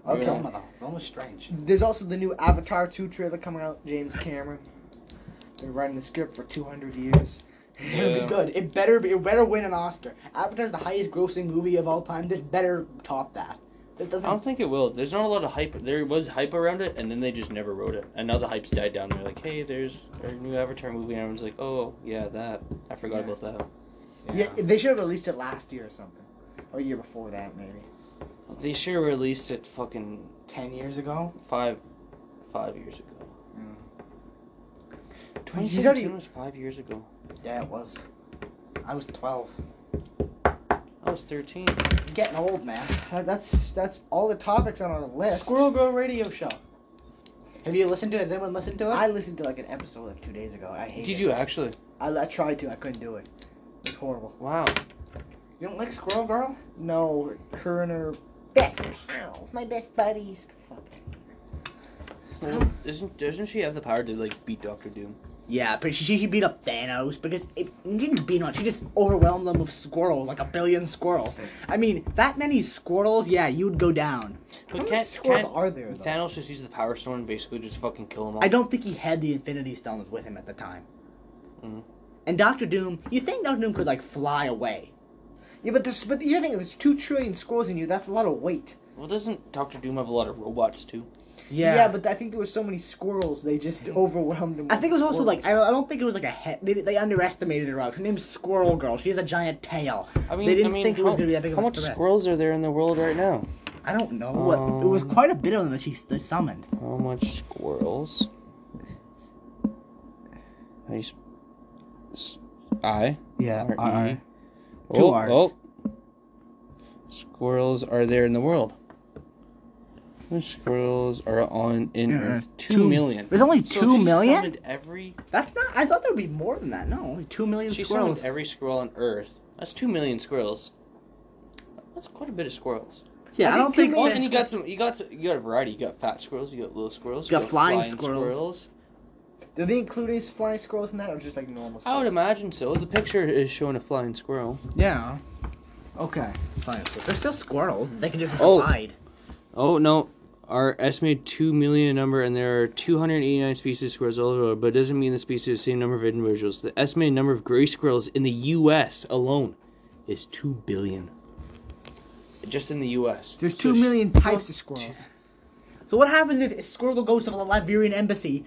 [SPEAKER 4] Okay.
[SPEAKER 2] Velma though. Velma's strange.
[SPEAKER 4] There's also the new Avatar 2 trailer coming out, James Cameron. Been writing the script for 200 years.
[SPEAKER 2] It'll
[SPEAKER 3] Yeah.
[SPEAKER 2] be good. It better be, it better win an Oscar. Avatar's the highest grossing movie of all time. This better top that. This
[SPEAKER 3] I don't
[SPEAKER 2] doesn't.
[SPEAKER 3] think it will. There's not a lot of hype. There was hype around it, and then they just never wrote it. And now the hype's died down. They're like, hey, there's our new Avatar movie, and everyone's like, oh yeah, that. I forgot
[SPEAKER 4] Yeah.
[SPEAKER 3] about that.
[SPEAKER 4] Yeah. they should have released it last year or something. Or a year before that, maybe.
[SPEAKER 3] They should have released it fucking
[SPEAKER 2] Ten years ago.
[SPEAKER 3] five, five years ago.
[SPEAKER 4] He's
[SPEAKER 3] 2017
[SPEAKER 4] already-
[SPEAKER 3] was five years ago.
[SPEAKER 2] Yeah, it was. I was twelve.
[SPEAKER 3] I was 13.
[SPEAKER 2] I'm getting old, man.
[SPEAKER 4] Uh, That's that's all the topics on our list.
[SPEAKER 2] Squirrel Girl Radio Show. Have you listened to it? Has anyone listened to it?
[SPEAKER 4] I listened to like an episode like two days ago. I hate
[SPEAKER 3] Did
[SPEAKER 4] it.
[SPEAKER 3] you actually?
[SPEAKER 4] I, I tried to. I couldn't do it. It's horrible.
[SPEAKER 3] Wow.
[SPEAKER 2] you don't like Squirrel Girl?
[SPEAKER 4] No, her and her best pals, my best buddies. Fuck.
[SPEAKER 3] So, isn't doesn't she have the power to like beat Doctor Doom?
[SPEAKER 2] Yeah, but she, she beat up Thanos because it he didn't beat him up. She just overwhelmed them with squirrels, like a billion squirrels. I mean, that many squirrels, yeah, you'd go down.
[SPEAKER 4] How
[SPEAKER 3] But
[SPEAKER 4] many
[SPEAKER 3] can't,
[SPEAKER 4] squirrels
[SPEAKER 3] can't
[SPEAKER 4] are there, though?
[SPEAKER 3] Thanos just use the power stone and basically just fucking kill them all?
[SPEAKER 2] I don't think he had the Infinity Stones with him at the time.
[SPEAKER 3] Mhm.
[SPEAKER 2] And Doctor Doom, you think Doctor Doom could like fly away?
[SPEAKER 4] Yeah, but, this, but the other thing, there's two trillion squirrels in you. That's a lot of weight.
[SPEAKER 3] Well, doesn't Doctor Doom have a lot of robots too?
[SPEAKER 4] Yeah. but I think there was so many squirrels they just overwhelmed him.
[SPEAKER 2] I
[SPEAKER 4] with
[SPEAKER 2] think it was also like I,
[SPEAKER 4] squirrels.
[SPEAKER 2] I don't think it was like a he- they, they underestimated her. out. Her name's Squirrel Girl. She has a giant tail.
[SPEAKER 3] I mean,
[SPEAKER 2] they
[SPEAKER 3] I
[SPEAKER 2] didn't
[SPEAKER 3] mean,
[SPEAKER 2] think
[SPEAKER 3] how,
[SPEAKER 2] it was gonna be that big of
[SPEAKER 3] how
[SPEAKER 2] a
[SPEAKER 3] much
[SPEAKER 2] threat.
[SPEAKER 3] squirrels are there in the world right now?
[SPEAKER 2] I don't know. What it was
[SPEAKER 3] Um,
[SPEAKER 2] quite a bit of them that she that summoned.
[SPEAKER 3] How much squirrels? How you sp- s- I.
[SPEAKER 2] Yeah,
[SPEAKER 3] R E.
[SPEAKER 2] Two
[SPEAKER 3] Oh,
[SPEAKER 2] Rs.
[SPEAKER 3] oh. Squirrels are there in the world. How many squirrels are on in
[SPEAKER 2] Yeah,
[SPEAKER 3] Earth?
[SPEAKER 2] uh,
[SPEAKER 3] Two
[SPEAKER 2] two-
[SPEAKER 3] million.
[SPEAKER 2] There's only
[SPEAKER 3] So
[SPEAKER 2] two
[SPEAKER 3] she
[SPEAKER 2] million.
[SPEAKER 3] Summoned every,
[SPEAKER 2] That's not. I thought there would be more than that. No, only two million
[SPEAKER 3] she summoned
[SPEAKER 2] squirrels.
[SPEAKER 3] every squirrel on Earth. That's two million squirrels. That's quite a bit of squirrels.
[SPEAKER 2] yeah, I, don't think.
[SPEAKER 3] Well,
[SPEAKER 2] that's-
[SPEAKER 3] and you got some. You got some, you got a variety. You got fat squirrels. You got little squirrels.
[SPEAKER 2] You got flying squirrels.
[SPEAKER 4] Do they include any flying squirrels in that, or just like normal?
[SPEAKER 3] I
[SPEAKER 4] Squirrels?
[SPEAKER 3] would imagine so. The picture is showing a flying squirrel.
[SPEAKER 2] Yeah.
[SPEAKER 4] Okay.
[SPEAKER 2] Fine. so They're still squirrels. They can just
[SPEAKER 3] Oh.
[SPEAKER 2] hide.
[SPEAKER 3] Oh no, our estimated two million number, and there are two hundred eighty-nine species of squirrels all over the world, but it doesn't mean the species is the same number of individuals. The estimated number of gray squirrels in the U.S. alone is two billion. Just in the U.S.
[SPEAKER 4] There's
[SPEAKER 3] two
[SPEAKER 4] two
[SPEAKER 3] million.
[SPEAKER 4] million types of squirrels.
[SPEAKER 2] So what happens if Squirrel goes to the Liberian embassy,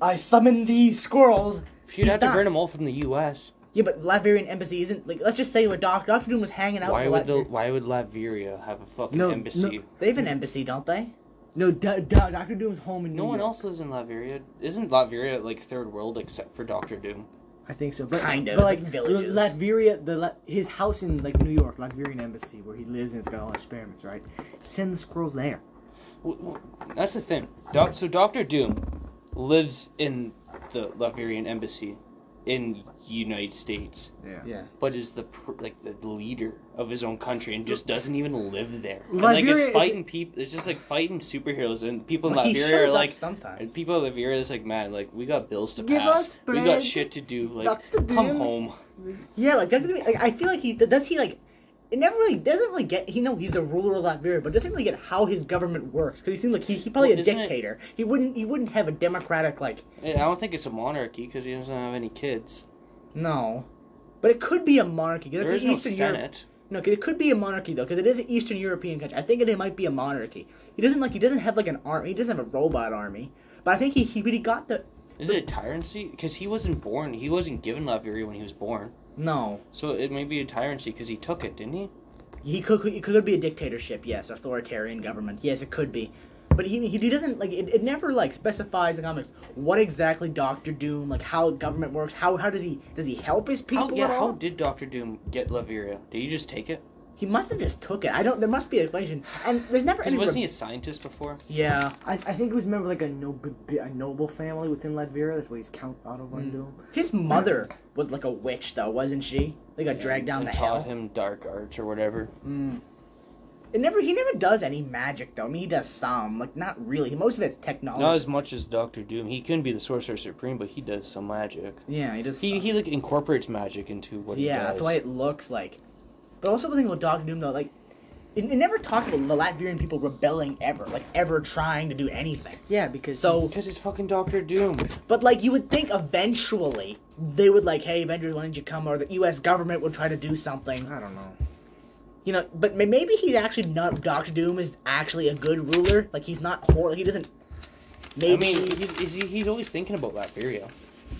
[SPEAKER 2] I summon these squirrels.
[SPEAKER 3] You'd have to
[SPEAKER 2] Stop.
[SPEAKER 3] burn them all from the U.S.
[SPEAKER 2] Yeah, but Laverian embassy isn't like. Let's just say what Doc Doctor Doom was hanging out.
[SPEAKER 3] Why
[SPEAKER 2] with
[SPEAKER 3] would the
[SPEAKER 2] Latver-
[SPEAKER 3] Why would Laveria have a fucking
[SPEAKER 4] No,
[SPEAKER 3] embassy?
[SPEAKER 2] They have an embassy, don't they?
[SPEAKER 4] No, Do- Do- Doctor Doom's home in New
[SPEAKER 3] No one
[SPEAKER 4] York.
[SPEAKER 3] else lives in Laveria. Isn't Laveria like third world except for Doctor Doom?
[SPEAKER 4] I think so, but
[SPEAKER 2] Kind of,
[SPEAKER 4] but like
[SPEAKER 2] like villages.
[SPEAKER 4] La- Latveria, the La- his house in like New York, Latverian embassy where he lives and it's got all experiments, right? Send the squirrels there.
[SPEAKER 3] W- w- That's the thing. Doc, so Doctor Doom lives in the Laverian embassy in United States,
[SPEAKER 2] Yeah.
[SPEAKER 3] but is the pr- like the leader of his own country and just doesn't even live there. And, like
[SPEAKER 4] Liberia
[SPEAKER 3] it's
[SPEAKER 4] is-
[SPEAKER 3] fighting people. It's just like fighting superheroes and people in
[SPEAKER 2] Well, he
[SPEAKER 3] Liberia are
[SPEAKER 2] shows up
[SPEAKER 3] like
[SPEAKER 2] sometimes.
[SPEAKER 3] And people in Liberia is like, man, like we got bills to
[SPEAKER 4] Give
[SPEAKER 3] pass.
[SPEAKER 4] us
[SPEAKER 3] We
[SPEAKER 4] bread,
[SPEAKER 3] got shit to do. Like
[SPEAKER 4] Dr.
[SPEAKER 3] come
[SPEAKER 4] Doom."
[SPEAKER 3] home.
[SPEAKER 2] Yeah, like that's gonna be, like I feel like he does he like it never really doesn't really get he know he's the ruler of Liberia, but doesn't really get how his government works because he seems like he he probably
[SPEAKER 3] Well,
[SPEAKER 2] a
[SPEAKER 3] isn't it-
[SPEAKER 2] dictator. He wouldn't he wouldn't have a democratic like
[SPEAKER 3] I don't think it's a monarchy because he doesn't have any kids.
[SPEAKER 2] no, but it could be a monarchy. 'cause I
[SPEAKER 3] There
[SPEAKER 2] think
[SPEAKER 3] is no
[SPEAKER 2] Eastern Europe,
[SPEAKER 3] senate.
[SPEAKER 2] no, 'cause it could be a monarchy though because it is an Eastern European country. I think it, it might be a monarchy. He doesn't like he doesn't have like an army. He doesn't have a robot army, but I think he he really got the
[SPEAKER 3] Is it a tyranny? Because he wasn't born. He wasn't given Laveria when he was born.
[SPEAKER 2] no.
[SPEAKER 3] So it may be a tyranny because he took it, didn't he?
[SPEAKER 2] He could it could be a dictatorship, yes, authoritarian government, yes, it could be. But he, he doesn't like it, it. never like specifies in comics what exactly Doctor Doom like how government works. How how does he does he help his people
[SPEAKER 3] How, yeah,
[SPEAKER 2] at all?
[SPEAKER 3] how did Doctor Doom get Laveria? Did he just take it?
[SPEAKER 2] He must have just took it. I don't. There must be an explanation. And there's never
[SPEAKER 3] 'Cause
[SPEAKER 2] any.
[SPEAKER 3] wasn't
[SPEAKER 2] re-
[SPEAKER 3] he a scientist before?
[SPEAKER 2] yeah,
[SPEAKER 4] I, I think he was a member of like a noble a noble family within Latveria. That's why he's Count Otto von Doom.
[SPEAKER 2] his mother was like a witch though, wasn't she? They got dragged down
[SPEAKER 3] and
[SPEAKER 2] the
[SPEAKER 3] taught
[SPEAKER 2] hell.
[SPEAKER 3] him dark arts or whatever.
[SPEAKER 2] Mm. It never. He never does any magic though. I mean, he does some, like not really. Most of it's technology.
[SPEAKER 3] Not as much as Doctor Doom. He couldn't be the Sorcerer Supreme, but he does some magic.
[SPEAKER 2] yeah, he does.
[SPEAKER 3] He
[SPEAKER 2] some.
[SPEAKER 3] he like incorporates magic into what he does.
[SPEAKER 2] Yeah, that's why it looks like. But also the thing about Doctor Doom though, like, it, it never talked about the Latvian people rebelling ever, like ever trying to do anything.
[SPEAKER 4] Yeah, because
[SPEAKER 2] So,
[SPEAKER 3] Because it's fucking Doctor Doom.
[SPEAKER 2] but like you would think eventually they would like, hey, Avengers, why don't you come? Or the U.S. government would try to do something,
[SPEAKER 4] he's- I don't know.
[SPEAKER 2] you know. But may- maybe he's actually not. Doctor Doom is actually a good ruler. Like he's not horrible. He doesn't.
[SPEAKER 3] I
[SPEAKER 2] Maybe
[SPEAKER 3] mean, he's, he's, he's always thinking about Laveria.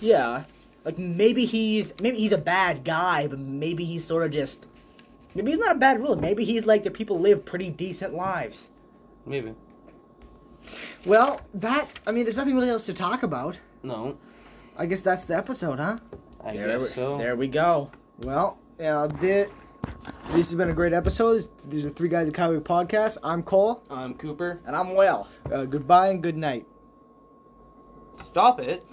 [SPEAKER 2] yeah. Like maybe he's maybe he's a bad guy, but maybe he's sort of just. Maybe he's not a bad ruler. Maybe he's like the people live pretty decent lives.
[SPEAKER 3] Maybe.
[SPEAKER 4] Well, that I mean, there's nothing really else to talk about.
[SPEAKER 3] No,
[SPEAKER 4] I guess that's the episode, huh?
[SPEAKER 3] I
[SPEAKER 2] there, we,
[SPEAKER 3] guess so.
[SPEAKER 2] there we go.
[SPEAKER 4] Well, yeah, thi- this has been a great episode. This- These are three guys at Cowboy Podcast. I'm Cole.
[SPEAKER 3] Um, Cooper,
[SPEAKER 2] And I'm well.
[SPEAKER 4] Uh, goodbye and good night.
[SPEAKER 3] stop it.